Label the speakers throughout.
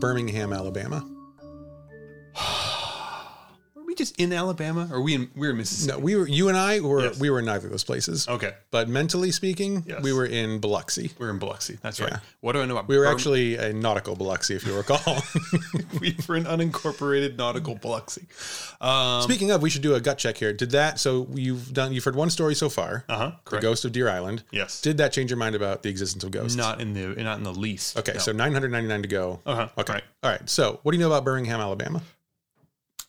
Speaker 1: Birmingham, Alabama.
Speaker 2: Were we just in Alabama? Or we in we were in Mississippi?
Speaker 1: No, we were you and I were
Speaker 2: Yes.
Speaker 1: we were in neither of those places.
Speaker 2: Okay.
Speaker 1: But mentally speaking,
Speaker 2: Yes.
Speaker 1: we were in Biloxi.
Speaker 2: We were in Biloxi. That's
Speaker 1: Yeah.
Speaker 2: right. What do I know about
Speaker 1: We were
Speaker 2: Birm-
Speaker 1: actually a nautical Biloxi, if you recall.
Speaker 2: we were in unincorporated nautical Biloxi. Um,
Speaker 1: Speaking of, we should do a gut check here. Did that? So you've done. You've heard one story so far.
Speaker 2: uh huh.
Speaker 1: The
Speaker 2: Correct.
Speaker 1: ghost of Deer Island.
Speaker 2: Yes.
Speaker 1: Did that change your mind about the existence of ghosts?
Speaker 2: not in the not in the least.
Speaker 1: Okay, so 999 to go.
Speaker 2: uh huh.
Speaker 1: Okay.
Speaker 2: Okay.
Speaker 1: All right. So, what do you know about Birmingham, Alabama?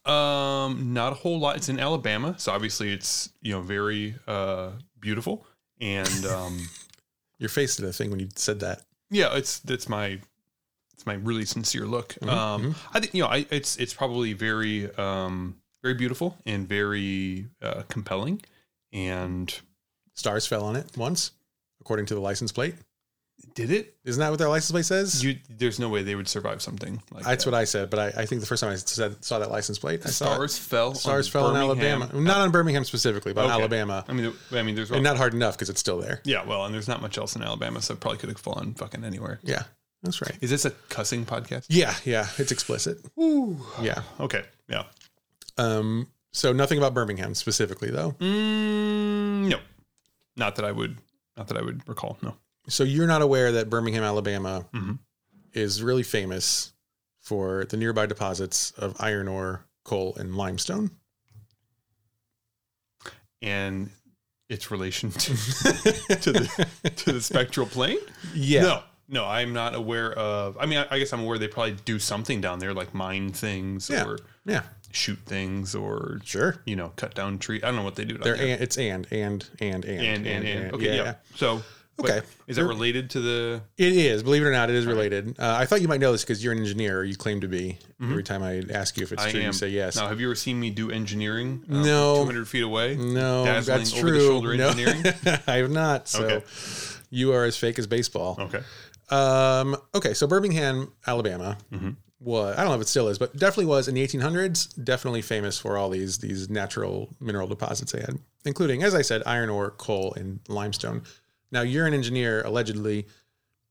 Speaker 2: Um, not a whole lot. It's in Alabama, so obviously it's you know very uh beautiful and um
Speaker 1: Your face did a thing when you said that.
Speaker 2: yeah, it's that's my it's my really sincere look.
Speaker 1: Mm-hmm,
Speaker 2: um, I think you know I, it's it's probably very um very beautiful and very uh, compelling and
Speaker 1: Stars fell on it once, according to the license plate.
Speaker 2: did it
Speaker 1: Isn't that what their license plate says?
Speaker 2: you there's no way they would survive something like
Speaker 1: That's
Speaker 2: that.
Speaker 1: what I said, but I, I think the first time I said, saw that license plate, I saw it.
Speaker 2: stars fell on
Speaker 1: stars fell in
Speaker 2: Birmingham.
Speaker 1: Alabama. Not on Birmingham specifically, but on
Speaker 2: Okay.
Speaker 1: Alabama.
Speaker 2: I mean there- I mean there's
Speaker 1: And not hard enough because it's still there.
Speaker 2: yeah well and there's not much else in Alabama so it probably could have fallen fucking anywhere.
Speaker 1: Yeah, that's right.
Speaker 2: Is this a cussing podcast?
Speaker 1: Yeah, yeah, it's explicit. Yeah.
Speaker 2: Okay. Yeah.
Speaker 1: Um. So nothing about Birmingham specifically, though.
Speaker 2: Mm, no, not that I would. Not that I would recall. No.
Speaker 1: So you're not aware that Birmingham, Alabama,
Speaker 2: Mhm.
Speaker 1: is really famous for the nearby deposits of iron ore, coal, and limestone.
Speaker 2: And its relation to to the to the spectral plane.
Speaker 1: Yeah.
Speaker 2: No. No, I'm not aware of. I mean, I, I guess I'm aware they probably do something down there, like mine things
Speaker 1: Yeah.
Speaker 2: or
Speaker 1: Yeah.
Speaker 2: shoot things or
Speaker 1: Sure.
Speaker 2: you know cut down tree. I don't know what they do. Down
Speaker 1: They're
Speaker 2: there.
Speaker 1: and, it's and and and and
Speaker 2: and, and, and okay, yeah. So but
Speaker 1: Okay.
Speaker 2: is that related to the?
Speaker 1: It is, believe it or not, it is related. Uh, I thought you might know this because you're an engineer, or you claim to be. Every time I ask you if it's
Speaker 2: Mm-hmm. I
Speaker 1: true,
Speaker 2: am.
Speaker 1: you say yes.
Speaker 2: Now, have you ever seen me do engineering? uh,
Speaker 1: No.
Speaker 2: 200 feet away.
Speaker 1: No,
Speaker 2: dazzling
Speaker 1: that's
Speaker 2: over the
Speaker 1: true.
Speaker 2: shoulder
Speaker 1: no,
Speaker 2: engineering?
Speaker 1: I have not. So
Speaker 2: Okay.
Speaker 1: you are as fake as baseball.
Speaker 2: Okay.
Speaker 1: Um, okay, so Birmingham, Alabama,
Speaker 2: Mm-hmm.
Speaker 1: was I don't know if it still is, but definitely was in the 1800s. Definitely famous for all these these natural mineral deposits they had, including, as I said, iron ore, coal, and limestone. Now you're an engineer, allegedly.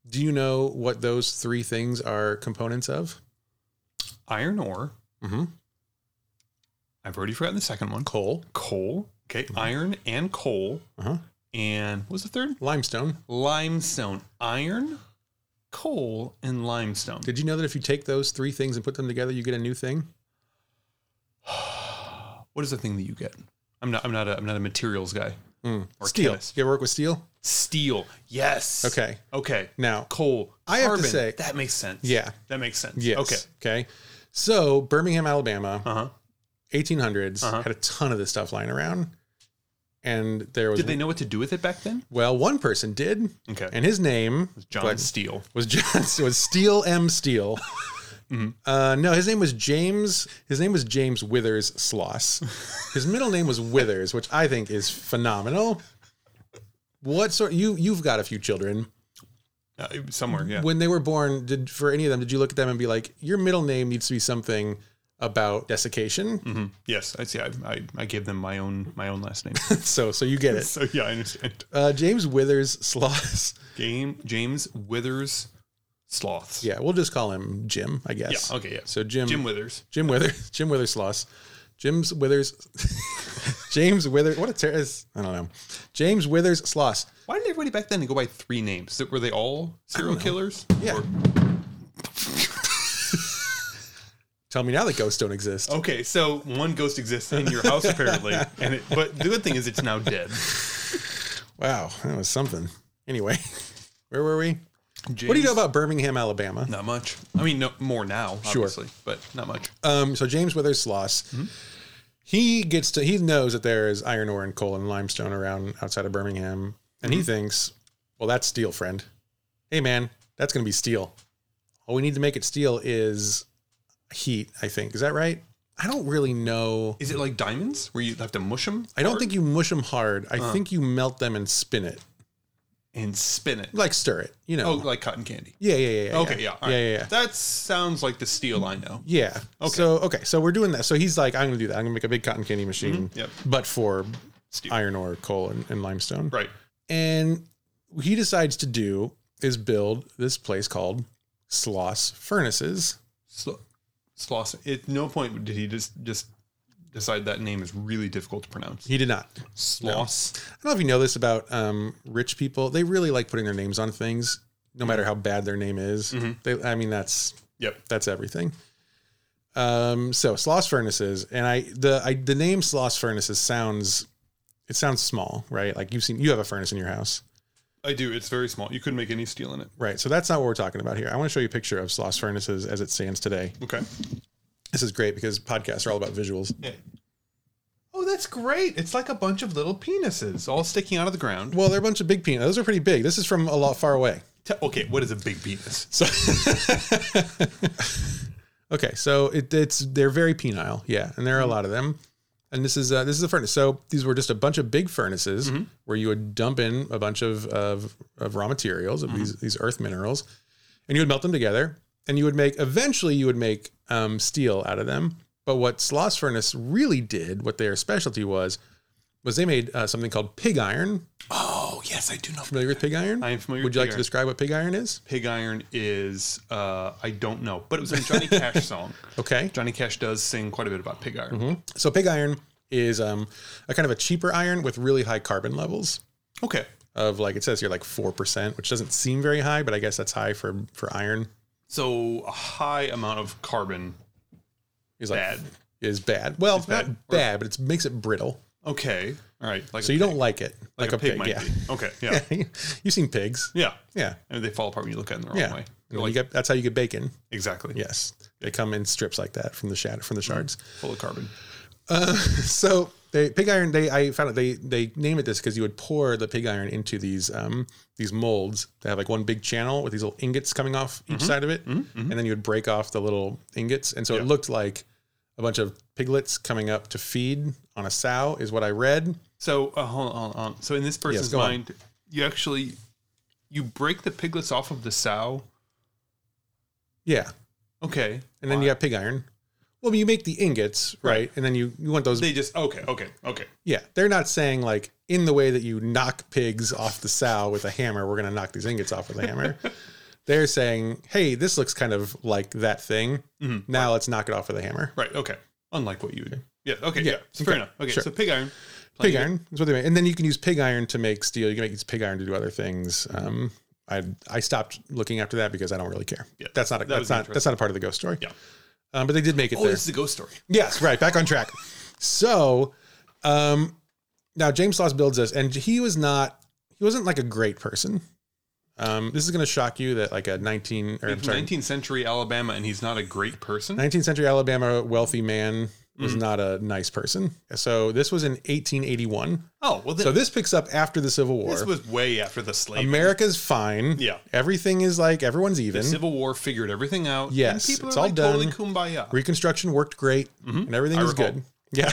Speaker 1: Do you know what those three things are components of?
Speaker 2: Iron ore.
Speaker 1: Mm-hmm.
Speaker 2: I've already forgotten the second one.
Speaker 1: Coal, Mm-hmm.
Speaker 2: Coal. Okay. Iron and coal.
Speaker 1: Uh-huh.
Speaker 2: And what was the third?
Speaker 1: limestone.
Speaker 2: Limestone. Iron, coal, and limestone.
Speaker 1: Did you know that if you take those three things and put them together, you get a new thing?
Speaker 2: what is the thing that you get? I'm not. I'm not. A, I'm not a materials guy.
Speaker 1: Mm.
Speaker 2: Or
Speaker 1: Steel.
Speaker 2: chemist.
Speaker 1: You ever work with steel?
Speaker 2: Steel. Yes.
Speaker 1: Okay.
Speaker 2: Okay.
Speaker 1: Now,
Speaker 2: Coal.
Speaker 1: I have to
Speaker 2: carbon.
Speaker 1: say-
Speaker 2: that makes sense.
Speaker 1: yeah,
Speaker 2: That makes sense.
Speaker 1: yes.
Speaker 2: Okay.
Speaker 1: Okay. So Birmingham, Alabama.
Speaker 2: Uh huh.
Speaker 1: 1800s
Speaker 2: Uh-huh.
Speaker 1: had a ton of this stuff lying around and there was
Speaker 2: Did they know what to do with it back then?
Speaker 1: well one person did
Speaker 2: Okay.
Speaker 1: and his name
Speaker 2: John
Speaker 1: Glad-
Speaker 2: Steele.
Speaker 1: was just was steel m steel
Speaker 2: Mhm.
Speaker 1: uh, no his name was james his name was james withers sloss his middle name was withers which i think is phenomenal what sort you you've got a few children
Speaker 2: Uh, somewhere. Yeah.
Speaker 1: when they were born did for any of them did you look at them and be like your middle name needs to be something about desiccation
Speaker 2: Mhm. Yes. I see. I, I I gave them my own my own last name.
Speaker 1: so so you get it
Speaker 2: so yeah, I understand.
Speaker 1: uh, james withers sloss
Speaker 2: Game James Withers Sloths.
Speaker 1: Yeah, we'll just call him Jim, I
Speaker 2: Yeah.
Speaker 1: guess.
Speaker 2: Okay. Yeah.
Speaker 1: So um, Jim
Speaker 2: Jim
Speaker 1: Jim,
Speaker 2: Withers.
Speaker 1: Withers Jim Withersloss. Jim's Withers James Withers what a ter- is I don't know. James Withers Sloss.
Speaker 2: Why did everybody back then go by three names? Were they all serial killers?
Speaker 1: Yeah. Tell me now that ghosts don't exist.
Speaker 2: okay. So one ghost exists in your house apparently, and it, but the good thing is it's now dead.
Speaker 1: Wow, that was something. Anyway, where were we?
Speaker 2: James,
Speaker 1: What do you know about Birmingham, Alabama?
Speaker 2: Not much. I mean, no more now,
Speaker 1: Sure.
Speaker 2: obviously, but not much.
Speaker 1: Um, so James Withers Sloss, he gets to he knows that there is iron ore and coal and limestone around outside of Birmingham, and
Speaker 2: Mhm.
Speaker 1: he thinks, well, that's steel, friend. Hey, man, that's going to be steel. All we need to make it steel is heat. I think is that right? I don't really know.
Speaker 2: Is it like diamonds where you have to mush them?
Speaker 1: I don't think you mush them hard.
Speaker 2: Uh-huh.
Speaker 1: I think you melt them and spin it,
Speaker 2: and spin it.
Speaker 1: like stir it. You know?
Speaker 2: Oh, like cotton candy.
Speaker 1: yeah, yeah, yeah, yeah.
Speaker 2: Okay. Yeah. all
Speaker 1: yeah,
Speaker 2: right.
Speaker 1: yeah, yeah.
Speaker 2: That sounds like the steel I know.
Speaker 1: Yeah.
Speaker 2: Okay.
Speaker 1: So okay, so we're doing that. So he's like, I'm gonna do that. I'm gonna make a big cotton candy machine,
Speaker 2: Mhm, yep.
Speaker 1: but for
Speaker 2: Steel.
Speaker 1: iron ore, coal, and, and limestone.
Speaker 2: Right.
Speaker 1: And what he decides to do is build this place called Sloss Furnaces.
Speaker 2: Sl- Slauson. At no point did he just just decide that name is really difficult to pronounce.
Speaker 1: He did not.
Speaker 2: Sloss.
Speaker 1: I don't know if you know this about um, rich people. They really like putting their names on things, no matter how bad their name is.
Speaker 2: Mhm.
Speaker 1: They, I mean, that's
Speaker 2: Yep.
Speaker 1: that's everything. Um, so Sloss Furnaces, and I the I the name Sloss Furnaces sounds it sounds small, right? Like you've seen you have a furnace in your house.
Speaker 2: I do. It's very small. You couldn't make any steel in it.
Speaker 1: Right. So that's not what we're talking about here. I want to show you a picture of Sloss Furnaces as it stands today.
Speaker 2: Okay.
Speaker 1: This is great because podcasts are all about visuals.
Speaker 2: Oh, that's great. It's like a bunch of little penises all sticking out of the ground.
Speaker 1: Well, they're a bunch of big peanuts. Those are pretty big. This is from a lot far away.
Speaker 2: Te- okay, what is a big penis?
Speaker 1: So Okay, so it, it's they're very penile, yeah, and
Speaker 2: Mm-hmm.
Speaker 1: there are a lot of them. And this is uh, this is a furnace. So these were just a bunch of big furnaces
Speaker 2: Mm-hmm.
Speaker 1: where you would dump in a bunch of of, of raw materials
Speaker 2: Mm-hmm.
Speaker 1: of these these earth minerals, and you would melt them together, and you would make eventually you would make um, steel out of them. But what Sloss Furnace really did, what their specialty was, was they made uh, something called pig iron.
Speaker 2: Oh, yes, I do know.
Speaker 1: Familiar with pig iron?
Speaker 2: I am familiar
Speaker 1: Would
Speaker 2: with
Speaker 1: you
Speaker 2: pig
Speaker 1: like to
Speaker 2: iron.
Speaker 1: describe what pig iron is?
Speaker 2: Pig Iron is, uh, I don't know, but it was a Johnny Cash song.
Speaker 1: Okay.
Speaker 2: Johnny Cash does sing quite a bit about pig iron.
Speaker 1: So pig iron is um, a kind of a cheaper iron with really high carbon levels
Speaker 2: Okay.
Speaker 1: of like it says here like four percent, which doesn't seem very high, but I guess that's high for for iron
Speaker 2: So a high amount of carbon.
Speaker 1: is like
Speaker 2: Bad.
Speaker 1: is bad. Well,
Speaker 2: bad.
Speaker 1: not bad, but it makes it brittle,
Speaker 2: Okay. All right. Like
Speaker 1: so you don't like it like, a, pig.
Speaker 2: might be. Okay. Yeah.
Speaker 1: yeah, you've seen pigs.
Speaker 2: yeah.
Speaker 1: Yeah,
Speaker 2: And they fall apart when you look at them the wrong
Speaker 1: yeah.
Speaker 2: way.
Speaker 1: And
Speaker 2: They're like,
Speaker 1: you get, that's how you get bacon.
Speaker 2: exactly.
Speaker 1: Yes, they come in strips like that from the shad- from the shards.
Speaker 2: Full of carbon.
Speaker 1: So they pig iron. They I found out they they name it this because you would pour the pig iron into these um these molds. They have like one big channel with these little ingots coming off each side of
Speaker 2: Mm-hmm.
Speaker 1: it, and then you would break off the little ingots, and so it looked like a bunch of piglets coming up to feed on a sow is what I read.
Speaker 2: So uh, hold, on, hold on. So in this person's
Speaker 1: go on.
Speaker 2: mind, you actually you break the piglets off of the sow.
Speaker 1: Yeah,
Speaker 2: Okay.
Speaker 1: and then you got pig iron. Well, I mean, you make the ingots, right?
Speaker 2: Right.
Speaker 1: And then you you want those.
Speaker 2: They just okay, okay, okay.
Speaker 1: yeah, they're not saying like in the way that you knock pigs off the sow with a hammer. We're gonna knock these ingots off with a hammer. they're saying, hey, this looks kind of like that thing.
Speaker 2: Mhm.
Speaker 1: Now let's knock it off with a hammer.
Speaker 2: Right. Okay. Unlike what you would. Yeah. Okay. Yeah.
Speaker 1: okay,
Speaker 2: Fair enough. Okay.
Speaker 1: sure.
Speaker 2: So pig iron.
Speaker 1: Pig iron is what they make, and then you can use pig iron to make steel. You can make use pig iron to do other things. Um, I I stopped looking after that because I don't really care.
Speaker 2: Yeah,
Speaker 1: that's not a,
Speaker 2: that was
Speaker 1: that's not that's not a part of the ghost story.
Speaker 2: Yeah.
Speaker 1: um, but they did make it
Speaker 2: Oh,
Speaker 1: there.
Speaker 2: this is a ghost story.
Speaker 1: Yes, right. Back on track. So, um, now James Sloss builds this, and he was not he wasn't like a great person. Um, this is going to shock you that like a 19 or I'm sorry, 19th,
Speaker 2: Nineteenth century Alabama, and he's not a great person.
Speaker 1: century Alabama wealthy man was
Speaker 2: Mm-hmm.
Speaker 1: not a nice person. So this was in 1881.
Speaker 2: Oh well, then,
Speaker 1: So this picks up after the Civil War.
Speaker 2: this was way after the slave.
Speaker 1: America's fine.
Speaker 2: Yeah.
Speaker 1: Everything is like everyone's even.
Speaker 2: Civil War figured everything out. and
Speaker 1: Yes,
Speaker 2: people
Speaker 1: it's
Speaker 2: are
Speaker 1: all
Speaker 2: like totally kumbaya.
Speaker 1: Reconstruction worked great and everything
Speaker 2: Mm-hmm. I
Speaker 1: was
Speaker 2: recall.
Speaker 1: good. Yeah.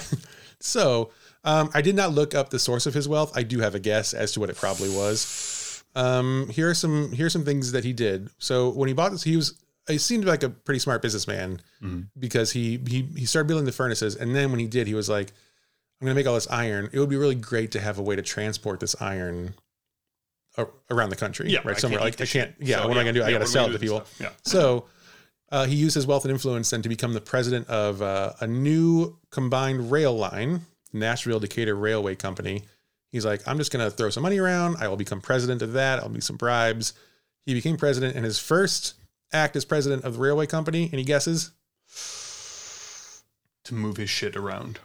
Speaker 1: So um, I did not look up the source of his wealth. I do have a guess as to what it probably was. Um, here are some here are some things that he did. So when he bought this, he was he seemed like a pretty smart businessman
Speaker 2: Mm-hmm.
Speaker 1: because he he he started building the furnaces, and then when he did, he was like, "I'm going to make all this iron. It would be really great to have a way to transport this iron." a- Around the country,
Speaker 2: Yeah,
Speaker 1: right
Speaker 2: I
Speaker 1: somewhere
Speaker 2: can't
Speaker 1: like
Speaker 2: eat
Speaker 1: I
Speaker 2: this
Speaker 1: can't.
Speaker 2: shit.
Speaker 1: Yeah,
Speaker 2: So,
Speaker 1: what am I
Speaker 2: yeah,
Speaker 1: gonna do? I
Speaker 2: yeah,
Speaker 1: gotta
Speaker 2: what am I
Speaker 1: sell it
Speaker 2: gonna
Speaker 1: to
Speaker 2: do
Speaker 1: people.
Speaker 2: with this stuff?
Speaker 1: So uh, he used his wealth and influence then to become the president of uh, a new combined rail line, Nashville Decatur Railway Company. He's like, I'm just going to throw some money around. I will become president of that. I'll be some bribes. He became president, and his first act as president of the railway company. Any guesses?
Speaker 2: To move his shit around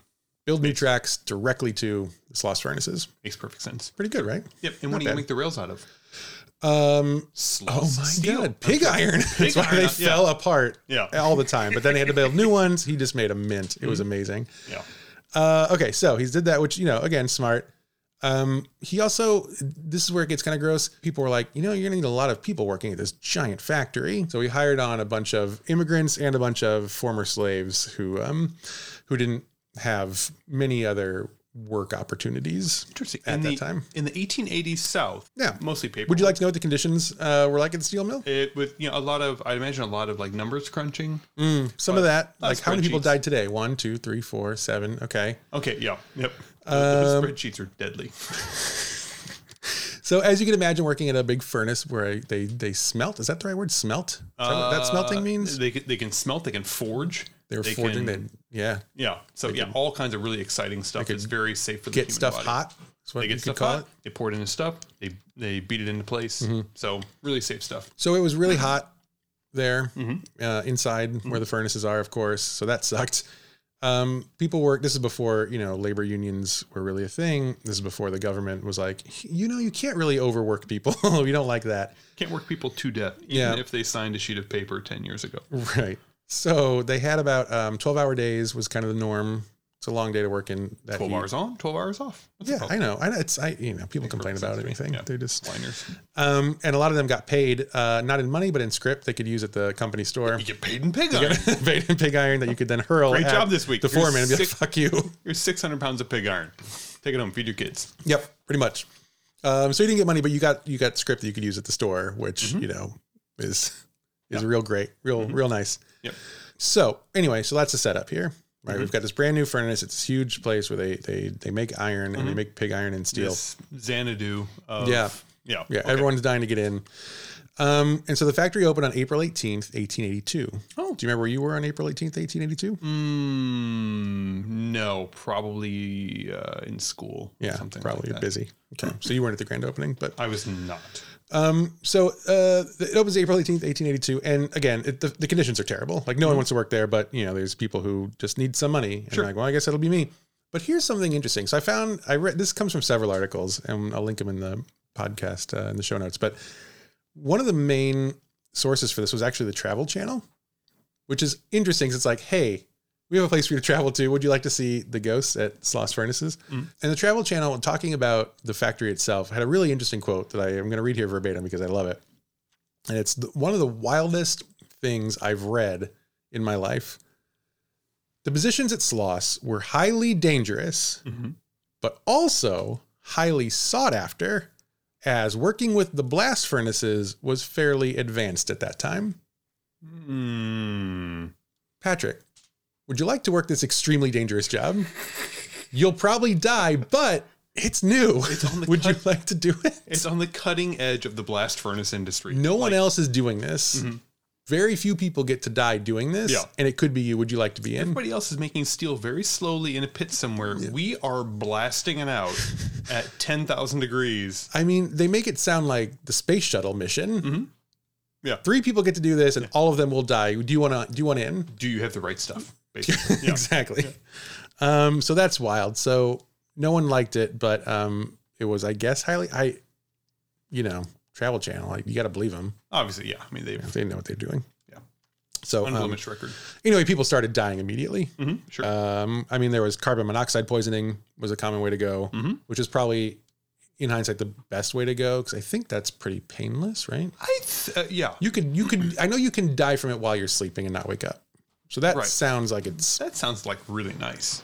Speaker 1: Build new tracks directly to the Sloss furnaces.
Speaker 2: makes perfect sense.
Speaker 1: Pretty good, right?
Speaker 2: Yep. And what do you
Speaker 1: bad.
Speaker 2: make the rails out of?
Speaker 1: Um,
Speaker 2: Sloss
Speaker 1: oh my
Speaker 2: steel.
Speaker 1: God, pig iron. That's why
Speaker 2: iron,
Speaker 1: they
Speaker 2: yeah.
Speaker 1: fell apart
Speaker 2: Yeah.
Speaker 1: all the time. But then they had to build new ones. He just made a mint. It was amazing.
Speaker 2: Yeah.
Speaker 1: Uh, okay, so he's did that, which you know, again, smart. Um, he also this is where it gets kind of gross. People were like, you know, you're gonna need a lot of people working at this giant factory. So he hired on a bunch of immigrants and a bunch of former slaves who um who didn't have many other work opportunities.
Speaker 2: Interesting.
Speaker 1: At
Speaker 2: in
Speaker 1: that
Speaker 2: the,
Speaker 1: time.
Speaker 2: in the 1880s South,
Speaker 1: Yeah.
Speaker 2: mostly paper.
Speaker 1: Would you like to know what the conditions uh, were like at the steel mill?
Speaker 2: it with you know a lot of I imagine a lot of like numbers crunching?
Speaker 1: Some of that, like
Speaker 2: that's
Speaker 1: how many people
Speaker 2: spreadsheets.
Speaker 1: died today? One, two, three, four, seven. Okay. Um,
Speaker 2: Okay, yeah, yep. Those- those spreadsheets are deadly.
Speaker 1: So as you can imagine, working at a big furnace where they they smelt is that the right word? Smelt? Is that what that smelting
Speaker 2: Uh,
Speaker 1: means?
Speaker 2: They can, they can smelt, they can forge.
Speaker 1: They're
Speaker 2: they
Speaker 1: forging.
Speaker 2: can-
Speaker 1: they yeah,
Speaker 2: Yeah. So yeah, all kinds of really exciting stuff. It's very safe for the
Speaker 1: get
Speaker 2: human
Speaker 1: stuff
Speaker 2: body.
Speaker 1: hot. Is what
Speaker 2: They
Speaker 1: you
Speaker 2: get
Speaker 1: could
Speaker 2: stuff
Speaker 1: call
Speaker 2: hot.
Speaker 1: it.
Speaker 2: They pour it into stuff. They they beat it into place.
Speaker 1: Mm-hmm.
Speaker 2: So really safe stuff.
Speaker 1: So it was
Speaker 2: Mm-hmm.
Speaker 1: really hot there uh, inside where the furnaces are, of course. So that sucked. Um, people work. This is before you know labor unions were really a thing. This is before the government was like, you know, you can't really overwork people. we don't like that.
Speaker 2: Can't work people to death, even
Speaker 1: Yeah.
Speaker 2: if they signed a sheet of paper ten years ago.
Speaker 1: Right. So they had about um, 12 hour days was kind of the norm. It's a long day to work in that
Speaker 2: Twelve
Speaker 1: heat.
Speaker 2: hours on, twelve hours off. That's
Speaker 1: Yeah, I know. I know. It's I you know people complain about anything.
Speaker 2: Yeah.
Speaker 1: They just
Speaker 2: Liners.
Speaker 1: um, and a lot of them got paid uh, not in money but in script they could use at the company store.
Speaker 2: You get paid in pig
Speaker 1: You
Speaker 2: iron.
Speaker 1: got paid in pig iron that you could then hurl.
Speaker 2: Great
Speaker 1: at
Speaker 2: job this week.
Speaker 1: The
Speaker 2: You're
Speaker 1: foreman and be like,
Speaker 2: sick.
Speaker 1: "Fuck you."
Speaker 2: Here's six hundred pounds of pig iron. Take it home, feed your kids.
Speaker 1: Yep, pretty much. Um, so you didn't get money, but you got you got script that you could use at the store, which
Speaker 2: Mm-hmm.
Speaker 1: you know is is real great, real real nice.
Speaker 2: Yep. Mm-hmm.
Speaker 1: So anyway, so that's the setup here, right? We've got this brand new furnace. It's this huge place where they they they make iron and they
Speaker 2: Mm-hmm.
Speaker 1: make pig iron and steel.
Speaker 2: This Xanadu. Of,
Speaker 1: Yeah.
Speaker 2: Yeah.
Speaker 1: Yeah,
Speaker 2: Okay.
Speaker 1: everyone's dying to get in. Um, and so the factory opened on April 18th, 1882.
Speaker 2: Oh.
Speaker 1: Do you remember where you were on April 18th, 1882?
Speaker 2: Mm, no, probably uh, in school. or
Speaker 1: Yeah,
Speaker 2: something
Speaker 1: probably
Speaker 2: like that. Mm.
Speaker 1: busy. Okay. So you weren't at the grand opening, but
Speaker 2: I was not.
Speaker 1: Um, so uh, it opens April 18th, 1882. And again, it, the, the conditions are terrible. Like, no one wants to work there, but, you know, there's people who just need some money. And
Speaker 2: Sure.
Speaker 1: like, well, I guess that'll be me. But here's something interesting. So I found, I read, this comes from several articles, and I'll link them in the podcast, uh, in the show notes. But one of the main sources for this was actually the Travel Channel, which is interesting 'cause it's like, hey, we have a place for you to travel to. Would you like to see the ghosts at Sloss Furnaces? And the Travel Channel, talking about the factory itself, had a really interesting quote that I am going to read here verbatim because I love it. And it's the, one of the wildest things I've read in my life. The positions at Sloss were highly dangerous,
Speaker 2: Mhm.
Speaker 1: but also highly sought after, as working with the blast furnaces was fairly advanced at that time.
Speaker 2: Mm,
Speaker 1: Patrick, would you like to work this extremely dangerous job? You'll probably die, but it's new.
Speaker 2: on the
Speaker 1: would you
Speaker 2: cut-
Speaker 1: like to do it?
Speaker 2: it's on the cutting edge of the blast furnace industry.
Speaker 1: No one
Speaker 2: Like,
Speaker 1: else is doing this.
Speaker 2: Mhm.
Speaker 1: Very few people get to die doing this.
Speaker 2: Yeah.
Speaker 1: And it could be you. Would you like to be in?
Speaker 2: Everybody else is making steel very slowly in a pit somewhere. We are blasting it out at ten thousand degrees.
Speaker 1: I mean, they make it sound like the space shuttle mission.
Speaker 2: Mhm. Yeah.
Speaker 1: Three people get to do this and all of them will die. Do you want to do you want in?
Speaker 2: Do you have the right stuff? Basically, yeah.
Speaker 1: exactly. Um, so that's wild. So no one liked it, but um, it was, I guess, highly, I, you know, Travel Channel. Like you got to believe them.
Speaker 2: Obviously, yeah. I mean, they have
Speaker 1: They know what they're doing.
Speaker 2: Yeah.
Speaker 1: So um,
Speaker 2: unblemished record.
Speaker 1: anyway, people started dying immediately.
Speaker 2: hmm Sure.
Speaker 1: Um, I mean, there was carbon monoxide poisoning was a common way to go,
Speaker 2: Mhm.
Speaker 1: which is probably, in hindsight, the best way to go because I think that's pretty painless, right?
Speaker 2: I th- uh, yeah.
Speaker 1: You could, you could, I know you can die from it while you're sleeping and not wake up. So that
Speaker 2: Right.
Speaker 1: sounds like it's
Speaker 2: That sounds like really nice.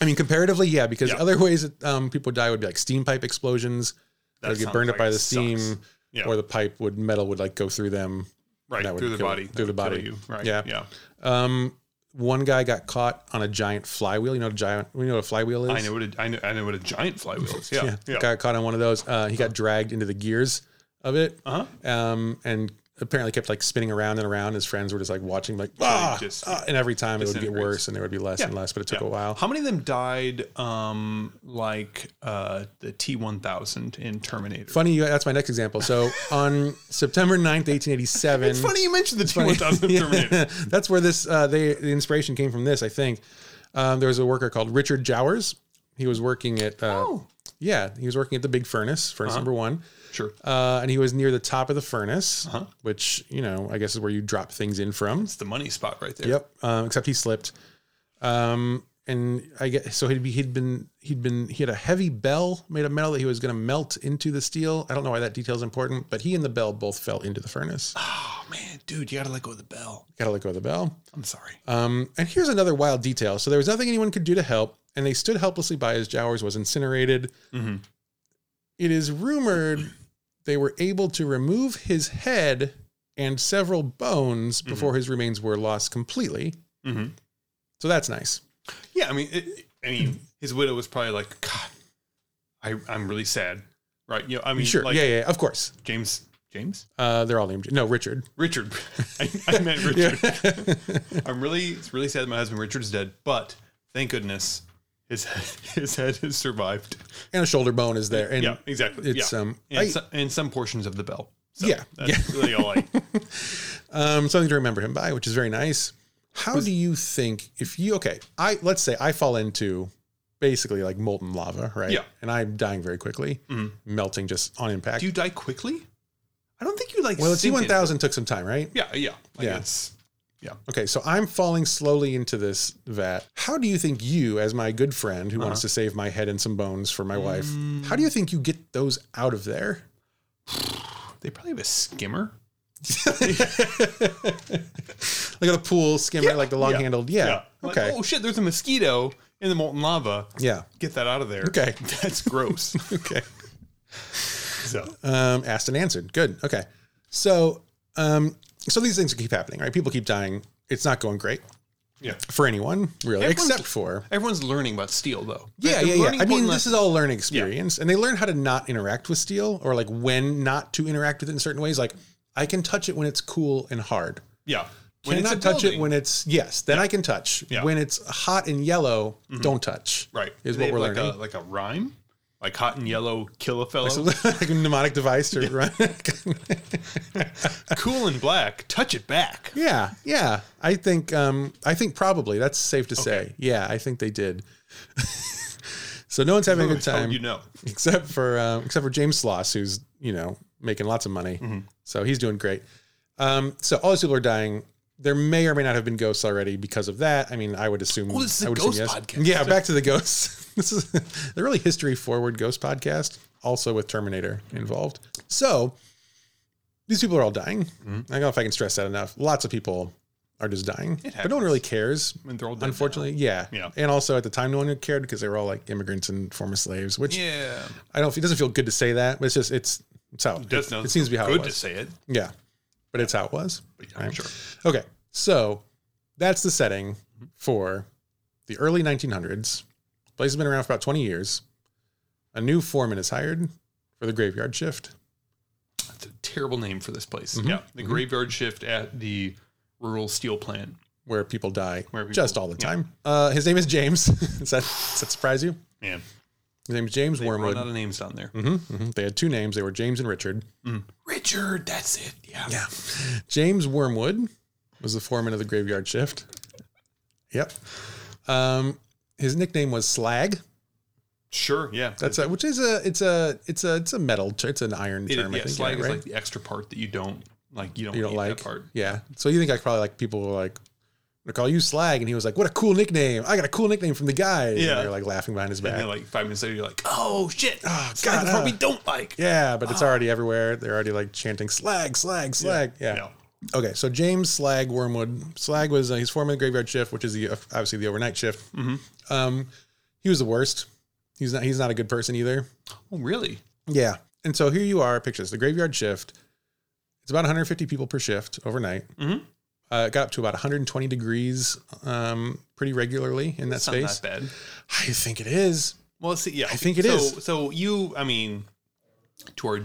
Speaker 1: I mean, comparatively, yeah, because
Speaker 2: Yeah.
Speaker 1: other ways that um, people die would be like steam pipe explosions. They
Speaker 2: That
Speaker 1: would get
Speaker 2: sounds
Speaker 1: burned up
Speaker 2: like
Speaker 1: by
Speaker 2: it
Speaker 1: the steam,
Speaker 2: sucks. Yeah.
Speaker 1: or the pipe would metal would like go through them.
Speaker 2: right
Speaker 1: that would
Speaker 2: through the
Speaker 1: kill-
Speaker 2: body.
Speaker 1: through
Speaker 2: That
Speaker 1: the
Speaker 2: would kill
Speaker 1: body.
Speaker 2: You. Right.
Speaker 1: Yeah.
Speaker 2: Yeah.
Speaker 1: Um, one guy got caught on a giant flywheel. You know, what a giant. We know what a flywheel is.
Speaker 2: I know what a, I know I know what a giant flywheel is. Yeah. Yeah.
Speaker 1: got caught on one of those. Uh, he got dragged into the gears of it,
Speaker 2: Uh-huh.
Speaker 1: um, and apparently kept like spinning around and around. His friends were just like watching, like ah,
Speaker 2: just-
Speaker 1: ah," and every time it would get
Speaker 2: disintegrates.
Speaker 1: worse, and there would be less and
Speaker 2: Yeah.
Speaker 1: less. But it took
Speaker 2: Yeah.
Speaker 1: a while.
Speaker 2: How many of them died um like uh the T1000 in Terminator?
Speaker 1: Funny, you- that's my next example. So on September 9th, 1887.
Speaker 2: It's funny you mentioned the T1000 in Terminator.
Speaker 1: Yeah. That's where this uh, they the inspiration came from. This I think um, there was a worker called Richard Jowers. He was working at uh,
Speaker 2: Oh. Uh-huh.
Speaker 1: yeah he was working at the big furnace furnace number one,
Speaker 2: Sure.
Speaker 1: uh, and he was near the top of the furnace, which you know I guess is where you drop things in from.
Speaker 2: It's the money spot right there.
Speaker 1: Yep. Um, except he slipped. Um, and I guess so he'd be he'd been he'd been he had a heavy bell made of metal that he was going to melt into the steel. I don't know why that detail is important, but he and the bell both fell into the furnace.
Speaker 2: Oh man, dude, you got to let go of the bell.
Speaker 1: Got to let go of the bell.
Speaker 2: I'm sorry.
Speaker 1: Um, and here's another wild detail. So there was nothing anyone could do to help, and they stood helplessly by as Jowers was incinerated.
Speaker 2: Mhm.
Speaker 1: It is rumored they were able to remove his head and several bones
Speaker 2: Mm-hmm.
Speaker 1: before his remains were lost completely.
Speaker 2: Mhm.
Speaker 1: So that's nice.
Speaker 2: Yeah, I mean, it, I mean, his widow was probably like, God, I, I'm really sad. right? You know, I mean,
Speaker 1: sure.
Speaker 2: like
Speaker 1: yeah, yeah, of course.
Speaker 2: James, James,
Speaker 1: Uh, they're all named. No, Richard.
Speaker 2: Richard. I, I meant Richard.
Speaker 1: Yeah.
Speaker 2: I'm really, it's really sad that my husband Richard's dead, but thank goodness his his head has survived.
Speaker 1: and a shoulder bone is there. And
Speaker 2: yeah, exactly.
Speaker 1: it's
Speaker 2: yeah,
Speaker 1: um,
Speaker 2: and,
Speaker 1: I-
Speaker 2: so- and some portions of the belt. So
Speaker 1: Yeah,
Speaker 2: that's really all I.
Speaker 1: um, something to remember him by, which is very nice. How do you think if you okay? I let's say I fall into basically like molten lava, right?
Speaker 2: Yeah.
Speaker 1: and I'm dying very quickly,
Speaker 2: Mhm.
Speaker 1: melting just on impact.
Speaker 2: Do you die quickly? I don't think you like.
Speaker 1: well, it's
Speaker 2: sink in.
Speaker 1: C1000 took some time, right?
Speaker 2: Yeah, yeah, like
Speaker 1: Yeah.
Speaker 2: It's,
Speaker 1: Okay, so I'm falling slowly into this vat. How do you think you, as my good friend who wants to
Speaker 2: Uh-huh.
Speaker 1: save my head and some bones for my wife,
Speaker 2: Mm.
Speaker 1: how do you think you get those out of there?
Speaker 2: they probably have a skimmer.
Speaker 1: like a pool skimmer,
Speaker 2: Yeah,
Speaker 1: like the long
Speaker 2: yeah,
Speaker 1: handled. Yeah.
Speaker 2: Like,
Speaker 1: Okay.
Speaker 2: oh shit! There's a mosquito in the molten lava.
Speaker 1: Yeah.
Speaker 2: Get that out of there.
Speaker 1: Okay.
Speaker 2: That's gross.
Speaker 1: Okay.
Speaker 2: so
Speaker 1: Um, asked and answered. Good. Okay. So, um, so these things keep happening, right? People keep dying. It's not going great
Speaker 2: yeah,
Speaker 1: for anyone, really,
Speaker 2: Everyone's-
Speaker 1: except for
Speaker 2: everyone's learning about steel though.
Speaker 1: yeah,
Speaker 2: They're
Speaker 1: yeah,
Speaker 2: learning
Speaker 1: yeah. I mean,
Speaker 2: important
Speaker 1: this is all learning experience, and they learn how to not interact with steel, or like when not to interact with it in certain ways. Like, I can touch it when it's cool and hard.
Speaker 2: Yeah.
Speaker 1: When
Speaker 2: it's
Speaker 1: cannot
Speaker 2: a
Speaker 1: touch
Speaker 2: building.
Speaker 1: it when it's yes. Then I can touch.
Speaker 2: Yeah. Mm-hmm.
Speaker 1: When it's hot and yellow, don't touch.
Speaker 2: right
Speaker 1: is
Speaker 2: Do they
Speaker 1: what we're
Speaker 2: have
Speaker 1: learning.
Speaker 2: Like a, like a rhyme, like hot and yellow, kill a fellow.
Speaker 1: like a mnemonic device to run.
Speaker 2: cool and black, touch it back.
Speaker 1: yeah, yeah. I think um, I think probably that's safe to say. Yeah, I think they did. so no one's having a good
Speaker 2: That's how
Speaker 1: time
Speaker 2: You know.
Speaker 1: except for um, except for James Sloss, who's you know making lots of money,
Speaker 2: Mm-hmm.
Speaker 1: so he's doing great. Um, so all these people are dying. There may or may not have been ghosts already because of that. I mean, I would assume.
Speaker 2: Oh, this is a
Speaker 1: I would assume
Speaker 2: ghost podcast.
Speaker 1: Yeah, back to the ghosts. this is the really history forward ghost podcast, also with Terminator involved. So these people are all dying.
Speaker 2: Mm-hmm.
Speaker 1: I don't know if I can stress that enough. Lots of people are just dying, but no one
Speaker 2: happens.
Speaker 1: really cares.
Speaker 2: When they're all dead now.
Speaker 1: Unfortunately, yeah.
Speaker 2: Yeah.
Speaker 1: And also at the time, no one cared because they were all like immigrants and former slaves, which
Speaker 2: Yeah.
Speaker 1: I don't. It doesn't feel good to say that, but it's just it's it's how it,
Speaker 2: That's not
Speaker 1: it seems to be how
Speaker 2: good
Speaker 1: it
Speaker 2: to
Speaker 1: was.
Speaker 2: say it.
Speaker 1: Yeah, but it's how it was.
Speaker 2: But I'm
Speaker 1: Right.
Speaker 2: sure.
Speaker 1: Okay, so that's the setting for the early 1900s. Place has been around for about 20 years. A new foreman is hired for the graveyard shift.
Speaker 2: That's a terrible name for this place.
Speaker 1: Mhm.
Speaker 2: Yeah. The graveyard shift at the rural steel plant.
Speaker 1: Where people die
Speaker 2: Where people-
Speaker 1: just all the
Speaker 2: yeah.
Speaker 1: time. Uh, his name is James. does, that, does that surprise you?
Speaker 2: Man.
Speaker 1: His name is James
Speaker 2: They run out
Speaker 1: Wormwood.
Speaker 2: of names down there.
Speaker 1: hmm hmm They had two names. They were James and Richard.
Speaker 2: Richard, that's it. Yeah.
Speaker 1: Yeah. James Wormwood was the foreman of the graveyard shift. Yep. Um, his nickname was Slag.
Speaker 2: Sure. Yeah.
Speaker 1: That's a, which is a it's a it's a it's a metal ter- it's an iron
Speaker 2: It-
Speaker 1: term. I
Speaker 2: yeah,
Speaker 1: think,
Speaker 2: slag
Speaker 1: yeah,
Speaker 2: is
Speaker 1: right?
Speaker 2: like the extra part that you don't like. You don't,
Speaker 1: you don't
Speaker 2: eat
Speaker 1: like
Speaker 2: that part.
Speaker 1: Yeah. So you think like probably like people were like, "I'm gonna call you Slag," and he was like, "What a cool nickname! I got a cool nickname from the guy."
Speaker 2: Yeah.
Speaker 1: And they're like laughing behind his
Speaker 2: And
Speaker 1: back.
Speaker 2: then like five minutes later, you're like, oh shit,
Speaker 1: Oh,
Speaker 2: God,
Speaker 1: God,
Speaker 2: that's what
Speaker 1: uh,
Speaker 2: we Ah. don't like.
Speaker 1: yeah, but it's already everywhere. They're already like chanting "Slag, Slag, Slag." yeah.
Speaker 2: No.
Speaker 1: Okay, so James Slag Wormwood. Slag was uh, he's foreman of the graveyard shift, which is the uh, obviously the overnight shift.
Speaker 2: Mhm.
Speaker 1: Um, he was the worst. He's not he's not a good person either.
Speaker 2: Oh, really?
Speaker 1: Yeah, and so here you are. Picture this: the graveyard shift. It's about 150 people per shift overnight.
Speaker 2: Mhm.
Speaker 1: Uh, it got up to about 120 degrees um, pretty regularly in that
Speaker 2: That's
Speaker 1: space.
Speaker 2: not that bad.
Speaker 1: I think it is.
Speaker 2: Well, see, yeah,
Speaker 1: I think it
Speaker 2: so,
Speaker 1: is.
Speaker 2: So you, I mean, to our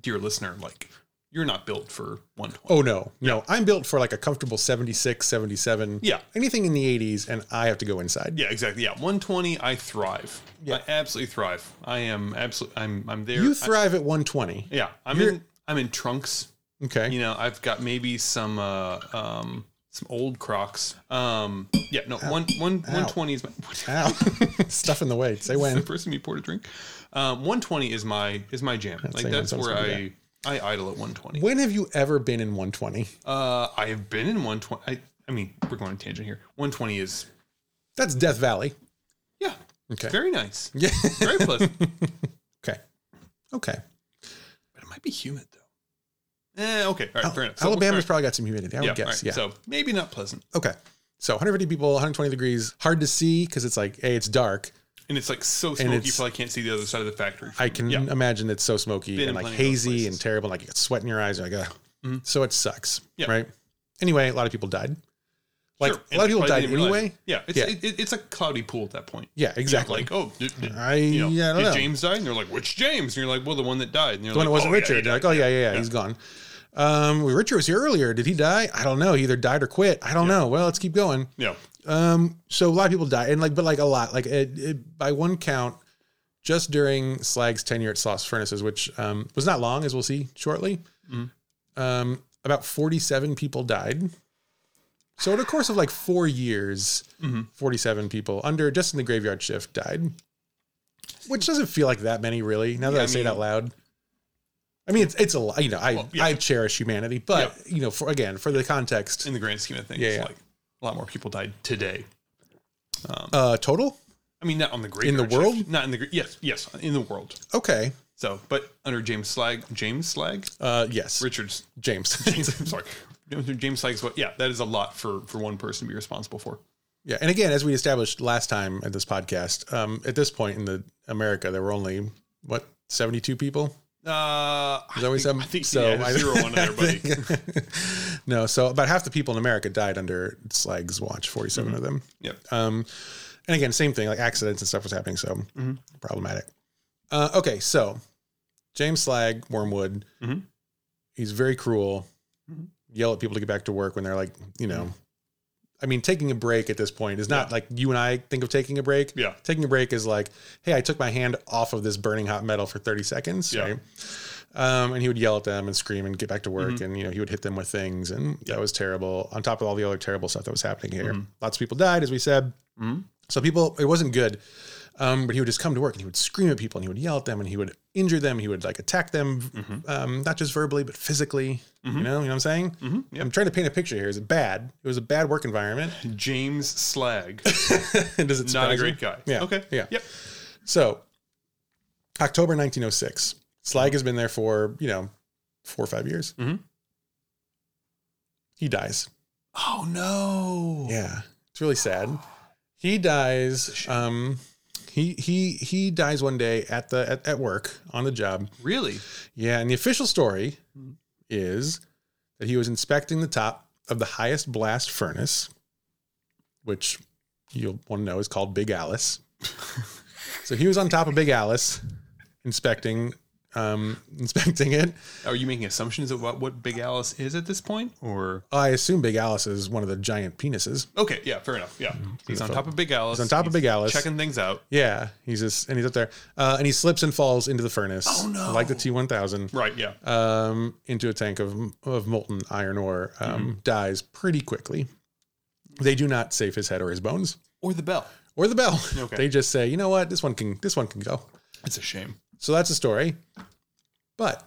Speaker 2: dear listener, like you're not built for 120.
Speaker 1: Oh no, no, I'm built for like a comfortable 76, 77.
Speaker 2: Yeah,
Speaker 1: Anything in the 80s, and I have to go inside.
Speaker 2: yeah, exactly. Yeah, 120, I thrive.
Speaker 1: Yeah.
Speaker 2: I absolutely thrive. I am absolutely. I'm. I'm there.
Speaker 1: You
Speaker 2: I-
Speaker 1: thrive at 120.
Speaker 2: yeah, I'm
Speaker 1: you're-
Speaker 2: in. I'm in trunks.
Speaker 1: Okay.
Speaker 2: You know, I've got maybe some. uh um some old Crocs. Um, yeah, no, one, one, 120 is my.
Speaker 1: Ow. Stuff in the way. Say
Speaker 2: the
Speaker 1: when.
Speaker 2: person you poured a drink. Um, 120 is my is my jam.
Speaker 1: say
Speaker 2: like that's
Speaker 1: one's
Speaker 2: where
Speaker 1: gonna
Speaker 2: I I idle at 120.
Speaker 1: When have you ever been in 120?
Speaker 2: Uh, I have been in 120. I, I mean, we're going on a tangent here. 120 is
Speaker 1: That's Death Valley.
Speaker 2: yeah,
Speaker 1: Okay.
Speaker 2: very nice,
Speaker 1: Yeah.
Speaker 2: very pleasant.
Speaker 1: okay. Okay.
Speaker 2: but it might be humid though. Eh, okay, all right, fair enough. So,
Speaker 1: Oh, Alabama's
Speaker 2: all
Speaker 1: probably got some humidity. I would
Speaker 2: right, yeah, all
Speaker 1: guess.
Speaker 2: right,
Speaker 1: Yeah.
Speaker 2: So maybe not pleasant,
Speaker 1: okay. So 150 people, 120 degrees, hard to see because it's like, A, it's dark.
Speaker 2: and it's like so smoky, you
Speaker 1: it's-
Speaker 2: probably can't see the other side of the factory.
Speaker 1: I can
Speaker 2: Yeah.
Speaker 1: imagine it's so smoky
Speaker 2: Been
Speaker 1: and
Speaker 2: in
Speaker 1: like
Speaker 2: plenty of those
Speaker 1: hazy
Speaker 2: places.
Speaker 1: and terrible. Like you got sweat in your eyes. You're like, ugh.
Speaker 2: Mhm.
Speaker 1: So it sucks.
Speaker 2: Yeah.
Speaker 1: Right. Anyway, a lot of people died. Like
Speaker 2: Sure.
Speaker 1: a
Speaker 2: And
Speaker 1: lot of people
Speaker 2: probably
Speaker 1: died
Speaker 2: didn't realize-
Speaker 1: anyway.
Speaker 2: Yeah, it's
Speaker 1: Yeah.
Speaker 2: It, it- it's a cloudy pool at that point.
Speaker 1: Yeah,
Speaker 2: You know,
Speaker 1: exactly.
Speaker 2: Like, oh, did, did-
Speaker 1: I-
Speaker 2: you know,
Speaker 1: yeah, I don't
Speaker 2: did
Speaker 1: know.
Speaker 2: James die? And they're like, which James? And you're like, well, the one that died. And you're
Speaker 1: the one
Speaker 2: like,
Speaker 1: that wasn't
Speaker 2: oh, yeah,
Speaker 1: Richard.
Speaker 2: he
Speaker 1: They're like,
Speaker 2: died.
Speaker 1: oh yeah, yeah, yeah, he's gone. Um, well, Richard was here earlier. Did he die? I don't know. He either died or quit. I don't know. Well, let's keep going.
Speaker 2: yeah,
Speaker 1: Um, so a lot of people died, and like, but like a lot, like it, it, by one count, just during Slag's tenure at Sauce Furnaces, which um, was not long, as we'll see shortly,
Speaker 2: Mhm.
Speaker 1: um, about forty-seven people died. So in a course of like four years,
Speaker 2: Mhm.
Speaker 1: Mm-hmm. forty-seven people under just in the graveyard shift died, which doesn't feel like that many, really. Now that
Speaker 2: Yeah,
Speaker 1: I,
Speaker 2: I
Speaker 1: say it
Speaker 2: mean-
Speaker 1: out loud, I mean it's it's a lot. You know, I
Speaker 2: Well, yeah.
Speaker 1: I cherish humanity, but you know, for again for the context,
Speaker 2: in the grand scheme of things,
Speaker 1: Yeah, yeah.
Speaker 2: like a lot more people died today. Um,
Speaker 1: uh, total.
Speaker 2: I mean, not on the great
Speaker 1: In the world?
Speaker 2: not in the gr- yes, yes, in the world.
Speaker 1: Okay.
Speaker 2: So, but under James Slag, James Slag,
Speaker 1: Uh, yes.
Speaker 2: Richard's
Speaker 1: James.
Speaker 2: James, I'm sorry. James Slag's what? Yeah, that is a lot for for one person to be responsible for.
Speaker 1: yeah, and again, as we established last time at this podcast, um, at this point in the America, there were only what seventy-two people.
Speaker 2: Uh,
Speaker 1: Is that what we said?
Speaker 2: I think so. Yeah, zero on
Speaker 1: I
Speaker 2: there, buddy.
Speaker 1: think- no, so about half the people in America died under Slag's watch. 47
Speaker 2: Mm-hmm.
Speaker 1: of them.
Speaker 2: Yep.
Speaker 1: Um, and again, same thing. Like accidents and stuff was happening, so
Speaker 2: Mhm.
Speaker 1: problematic. Uh, okay, so James Slag, Wormwood.
Speaker 2: Mhm.
Speaker 1: He's very cruel.
Speaker 2: Mhm.
Speaker 1: Yell at people to get back to work when they're like, you know. I mean, taking a break at this point is not like you and I think of taking a break.
Speaker 2: Yeah.
Speaker 1: Taking a break is like, hey, I took my hand off of this burning hot metal for 30 seconds.
Speaker 2: Yeah.
Speaker 1: Right. Um, and he would yell at them and scream and get back to work.
Speaker 2: Mm-hmm.
Speaker 1: And, you know, he would hit them with things. And that was terrible. On top of all the other terrible stuff that was happening here.
Speaker 2: Mhm.
Speaker 1: Lots of people died, as we said.
Speaker 2: Mhm.
Speaker 1: So people, it wasn't good. Um, but he would just come to work and he would scream at people and he would yell at them and he would injure them. He would like attack them,
Speaker 2: Mhm.
Speaker 1: um, not just verbally, but physically. You
Speaker 2: Mhm.
Speaker 1: know, you know what I'm saying?
Speaker 2: Mm-hmm. Yep.
Speaker 1: I'm trying to paint a picture here. Is it bad? It was a bad work environment.
Speaker 2: James Slag,
Speaker 1: Does it
Speaker 2: not a
Speaker 1: surprise you?
Speaker 2: great guy.
Speaker 1: Yeah.
Speaker 2: Okay.
Speaker 1: Yeah.
Speaker 2: Yep.
Speaker 1: So, October 1906. Slag has been there for, you know, four or five years.
Speaker 2: Mhm.
Speaker 1: He dies.
Speaker 2: Oh no.
Speaker 1: Yeah. It's really sad. He dies.
Speaker 2: shame.
Speaker 1: Um, he he he dies one day at the at, at work on the job.
Speaker 2: Really?
Speaker 1: Yeah, and the official story
Speaker 2: Mhm.
Speaker 1: is that he was inspecting the top of the highest blast furnace, which you'll want to know is called Big Alice. so he was on top of Big Alice, inspecting um, inspecting it.
Speaker 2: Are you making assumptions about what Big Alice is at this point, or?
Speaker 1: Oh, I assume Big Alice is one of the giant penises.
Speaker 2: Okay. Yeah. Fair enough. Yeah. He's on top of Big Alice.
Speaker 1: Mm-hmm. He's on top of Big Alice.
Speaker 2: Checking things out.
Speaker 1: Yeah, he's just and he's up there, uh, and he slips and falls into the furnace.
Speaker 2: Oh, no.
Speaker 1: Like the T one thousand.
Speaker 2: Right. Yeah.
Speaker 1: um, into a tank of, of molten iron ore, um,
Speaker 2: Mm-hmm.
Speaker 1: dies pretty quickly. They do not save his head or his bones
Speaker 2: Or the bell.
Speaker 1: or the bell.
Speaker 2: Okay.
Speaker 1: They just say, you know what, this one can this one can go.
Speaker 2: It's a shame.
Speaker 1: So that's the story. But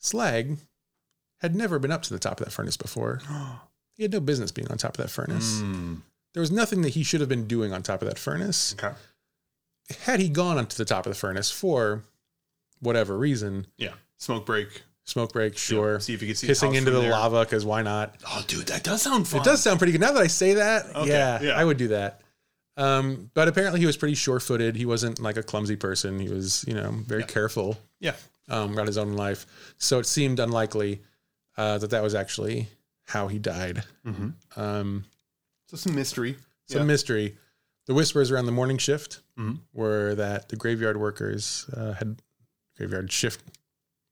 Speaker 1: Slag had never been up to the top of that furnace before. He had no business being on top of that furnace.
Speaker 2: Mm.
Speaker 1: There was nothing that he should have been doing on top of that furnace.
Speaker 2: Okay.
Speaker 1: Had he gone up to the top of the furnace for whatever reason,
Speaker 2: Yeah. Smoke break.
Speaker 1: smoke break, sure.
Speaker 2: See if you can see
Speaker 1: Kissing
Speaker 2: house
Speaker 1: into
Speaker 2: from
Speaker 1: the
Speaker 2: there.
Speaker 1: lava because why not?
Speaker 2: Oh, dude, that does sound fun.
Speaker 1: It does sound pretty good. Now that I say that,
Speaker 2: Okay,
Speaker 1: yeah,
Speaker 2: yeah.
Speaker 1: I would do that. Um, but apparently he was pretty sure footed. He wasn't like a clumsy person. He was, you know, very
Speaker 2: Yeah.
Speaker 1: careful
Speaker 2: Yeah.
Speaker 1: um, about his own life. So it seemed unlikely uh, that that was actually how he died.
Speaker 2: Mm-hmm.
Speaker 1: Um,
Speaker 2: So some mystery.
Speaker 1: some
Speaker 2: Yeah.
Speaker 1: mystery. The whispers around the morning shift
Speaker 2: Mhm.
Speaker 1: were that the graveyard workers uh, had graveyard shift,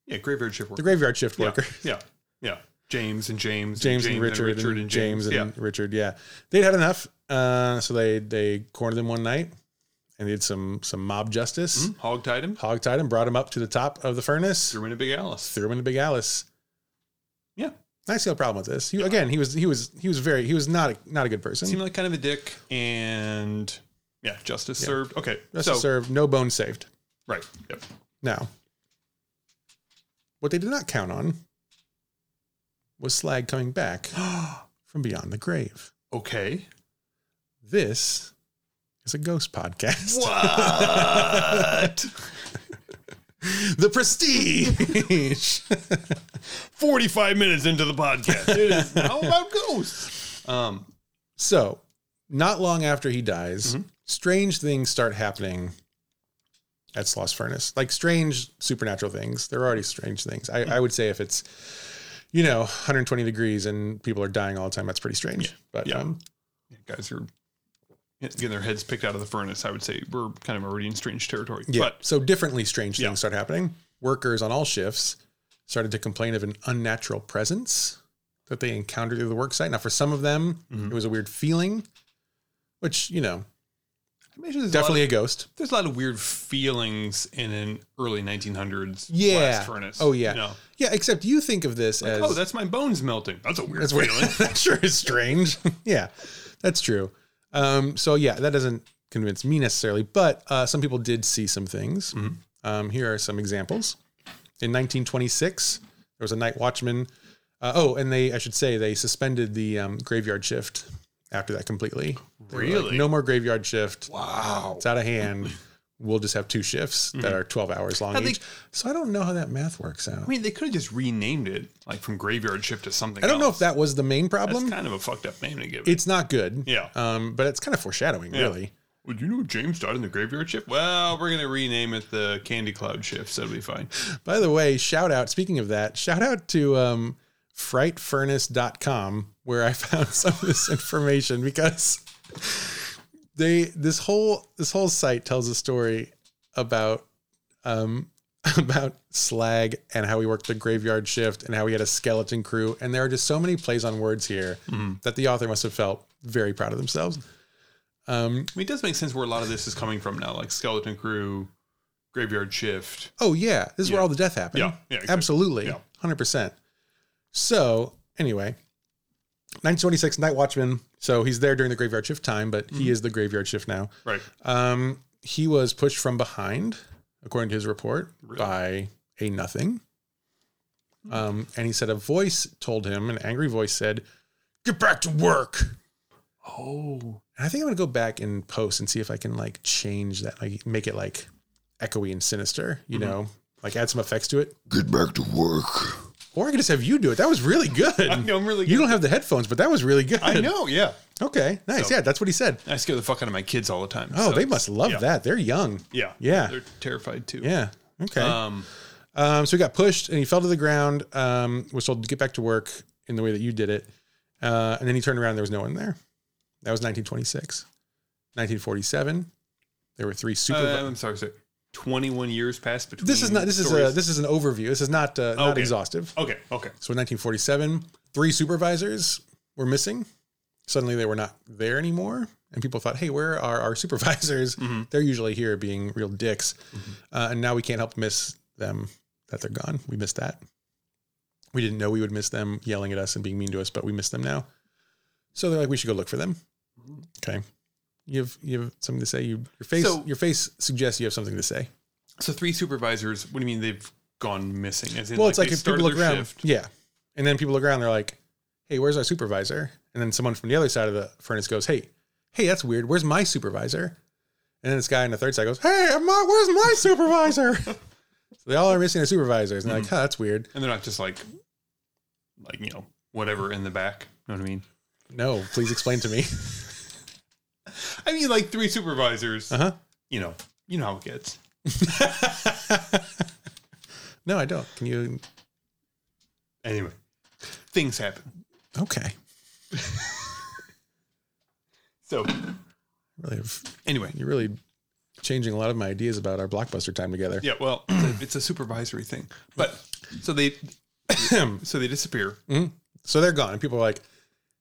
Speaker 2: Yeah, graveyard shift work.
Speaker 1: the graveyard shift
Speaker 2: Yeah.
Speaker 1: worker.
Speaker 2: Yeah, yeah. James and James,
Speaker 1: James, and Richard, and, James, and Richard. Yeah, they'd had enough, uh, so they they cornered him one night and did some some mob justice,
Speaker 2: Mhm. hogtied him,
Speaker 1: hogtied him, brought him up to the top of the furnace,
Speaker 2: threw in a big Alice.
Speaker 1: threw him in the Big Alice.
Speaker 2: Yeah.
Speaker 1: I see no problem with this. He, Again, he was he was he was very he was not a, not a good person.
Speaker 2: Seemed like kind of a dick, and yeah, justice
Speaker 1: Yeah.
Speaker 2: served. Okay,
Speaker 1: Rest
Speaker 2: so
Speaker 1: served, no bone saved.
Speaker 2: right, yep.
Speaker 1: Now, what they did not count on was Slag coming back from beyond the grave.
Speaker 2: okay.
Speaker 1: This is a ghost podcast.
Speaker 2: What?
Speaker 1: The prestige.
Speaker 2: Forty-five minutes into the podcast, it is now about ghosts. Um,
Speaker 1: so, not long after he dies,
Speaker 2: Mhm.
Speaker 1: strange things start happening at Sloss Furnace. Like strange supernatural things. They're already strange things. I, I would say if it's you know 120 degrees and people are dying all the time. That's pretty strange. But
Speaker 2: Yeah.
Speaker 1: um,
Speaker 2: Yeah, guys are getting their heads picked out of the furnace. I would say we're kind of already in strange territory.
Speaker 1: Yeah.
Speaker 2: But
Speaker 1: so differently strange things
Speaker 2: Yeah.
Speaker 1: start happening. Workers on all shifts started to complain of an unnatural presence that they encountered through the work site. Now, for some of them,
Speaker 2: Mhm.
Speaker 1: it was a weird feeling, which, you know,
Speaker 2: I imagine there's
Speaker 1: definitely
Speaker 2: a lot
Speaker 1: a ghost.
Speaker 2: of, there's a lot of weird feelings in an early 1900s
Speaker 1: Yeah.
Speaker 2: blast furnace.
Speaker 1: Oh, yeah.
Speaker 2: You know?
Speaker 1: Yeah, except you think of this as.
Speaker 2: oh, that's my bones melting. That's a weird
Speaker 1: that's weird.
Speaker 2: feeling.
Speaker 1: that sure is strange. yeah, that's true. Um, so, yeah, that doesn't convince me necessarily, but uh, some people did see some things.
Speaker 2: Mhm.
Speaker 1: Um, here are some examples. In 1926, there was a night watchman. Uh, oh, and they, I should say, they suspended the um, graveyard shift after that completely. They were like,
Speaker 2: Really?
Speaker 1: no more graveyard shift.
Speaker 2: Wow.
Speaker 1: It's out of hand. We'll just have two shifts that are 12 hours long
Speaker 2: How Mm-hmm. they-
Speaker 1: each. so I don't know how that math works out.
Speaker 2: I mean, they could have just renamed it like from graveyard shift to something.
Speaker 1: I don't know if
Speaker 2: else.
Speaker 1: that was the main problem.
Speaker 2: That's kind of a fucked up name to give it.
Speaker 1: it's not good.
Speaker 2: Yeah.
Speaker 1: Um, but it's kind of foreshadowing, really.
Speaker 2: Would you know James died in the graveyard shift? Well, we're gonna rename it the Candy Cloud shift, so it'll be fine.
Speaker 1: By the way, shout out, speaking of that, shout out to um, frightfurnace.com where I found some of this information because they this whole this whole site tells a story about um about slag and how he worked the graveyard shift and how he had a skeleton crew and there are just so many plays on words here
Speaker 2: Mhm.
Speaker 1: that the author must have felt very proud of themselves. Um
Speaker 2: I mean, it does make sense where a lot of this is coming from now, like Skeleton Crew, Graveyard Shift.
Speaker 1: Oh yeah, this is where
Speaker 2: Yeah.
Speaker 1: all the death happened.
Speaker 2: Yeah, yeah, exactly.
Speaker 1: absolutely,
Speaker 2: Yeah.
Speaker 1: hundred percent. So anyway, 1926 Night Watchman. So he's there during the graveyard shift time, but
Speaker 2: Mm-hmm.
Speaker 1: he is the graveyard shift now.
Speaker 2: Right.
Speaker 1: Um, he was pushed from behind, according to his report,
Speaker 2: Really? Hmm.
Speaker 1: by a nothing. Um, and he said a voice told him, an angry voice said, "Get back to work."
Speaker 2: Oh.
Speaker 1: And I think I'm gonna go back and post and see if I can like change that, like make it like echoey and sinister. You
Speaker 2: Mm-hmm.
Speaker 1: know, like add some effects to it.
Speaker 3: Get back to work.
Speaker 1: Or I could just have you do it. That was really
Speaker 2: I
Speaker 1: good.
Speaker 2: know, I'm really
Speaker 1: You don't have the headphones, but that was really good.
Speaker 2: I know, yeah.
Speaker 1: Okay, nice.
Speaker 2: So-
Speaker 1: Yeah, that's what he said.
Speaker 2: I scare the fuck out of my kids all the time.
Speaker 1: Oh,
Speaker 2: so
Speaker 1: they
Speaker 2: it's-
Speaker 1: must love
Speaker 2: yeah,
Speaker 1: that. They're young.
Speaker 2: Yeah.
Speaker 1: Yeah.
Speaker 2: They're terrified too.
Speaker 1: Yeah. Okay.
Speaker 2: Um
Speaker 1: Um, so he got pushed and he fell to the ground. Um, was told to get back to work in the way that you did it. Uh, and then he turned around and there was no one there. That was 1926. 1947. There were three super.
Speaker 2: uh, I'm sorry, sorry. Twenty one years passed between
Speaker 1: this is not. This
Speaker 2: stories.
Speaker 1: is a. This is an overview. This is not uh, not
Speaker 2: Okay.
Speaker 1: exhaustive.
Speaker 2: Okay, okay.
Speaker 1: So in 1947, three supervisors were missing. Suddenly they were not there anymore. And people thought, hey, where are our supervisors?
Speaker 2: Mhm.
Speaker 1: They're usually here being real dicks. Uh, and now we can't help miss them that they're gone. We missed that. We didn't know we would miss them yelling at us and being mean to us, but we miss them now. So they're like, we should go look for them. Okay. You have you have something to say. You your face
Speaker 2: So-
Speaker 1: your face suggests you have something to say.
Speaker 2: So three supervisors, what do you mean they've gone missing? As in,
Speaker 1: Well, it's like
Speaker 2: they
Speaker 1: if people
Speaker 2: started
Speaker 1: look
Speaker 2: their
Speaker 1: around, yeah, and then people look around, they're like, "Hey, where's our supervisor?" And then someone from the other side of the furnace goes, "Hey, hey, that's weird. Where's my supervisor?" And then this guy on the third side goes, "Hey, am I- where's my supervisor?" so they all are missing their supervisors, and they're like,
Speaker 2: Mm-hmm.
Speaker 1: "Huh, that's weird."
Speaker 2: And they're not just like like, you know, whatever in the back. You know what I mean?
Speaker 1: No, please explain to me.
Speaker 2: I mean like three supervisors.
Speaker 1: Uh huh.
Speaker 2: You know. You know how it gets.
Speaker 1: No, I don't. Can you?
Speaker 2: Anyway. Things happen.
Speaker 1: Okay.
Speaker 2: So
Speaker 1: Really, have-
Speaker 2: anyway,
Speaker 1: you're really changing a lot of my ideas about our blockbuster time together.
Speaker 2: yeah. Well, it's a, it's a supervisory thing, but so they so they disappear.
Speaker 1: So they're gone, and people are like,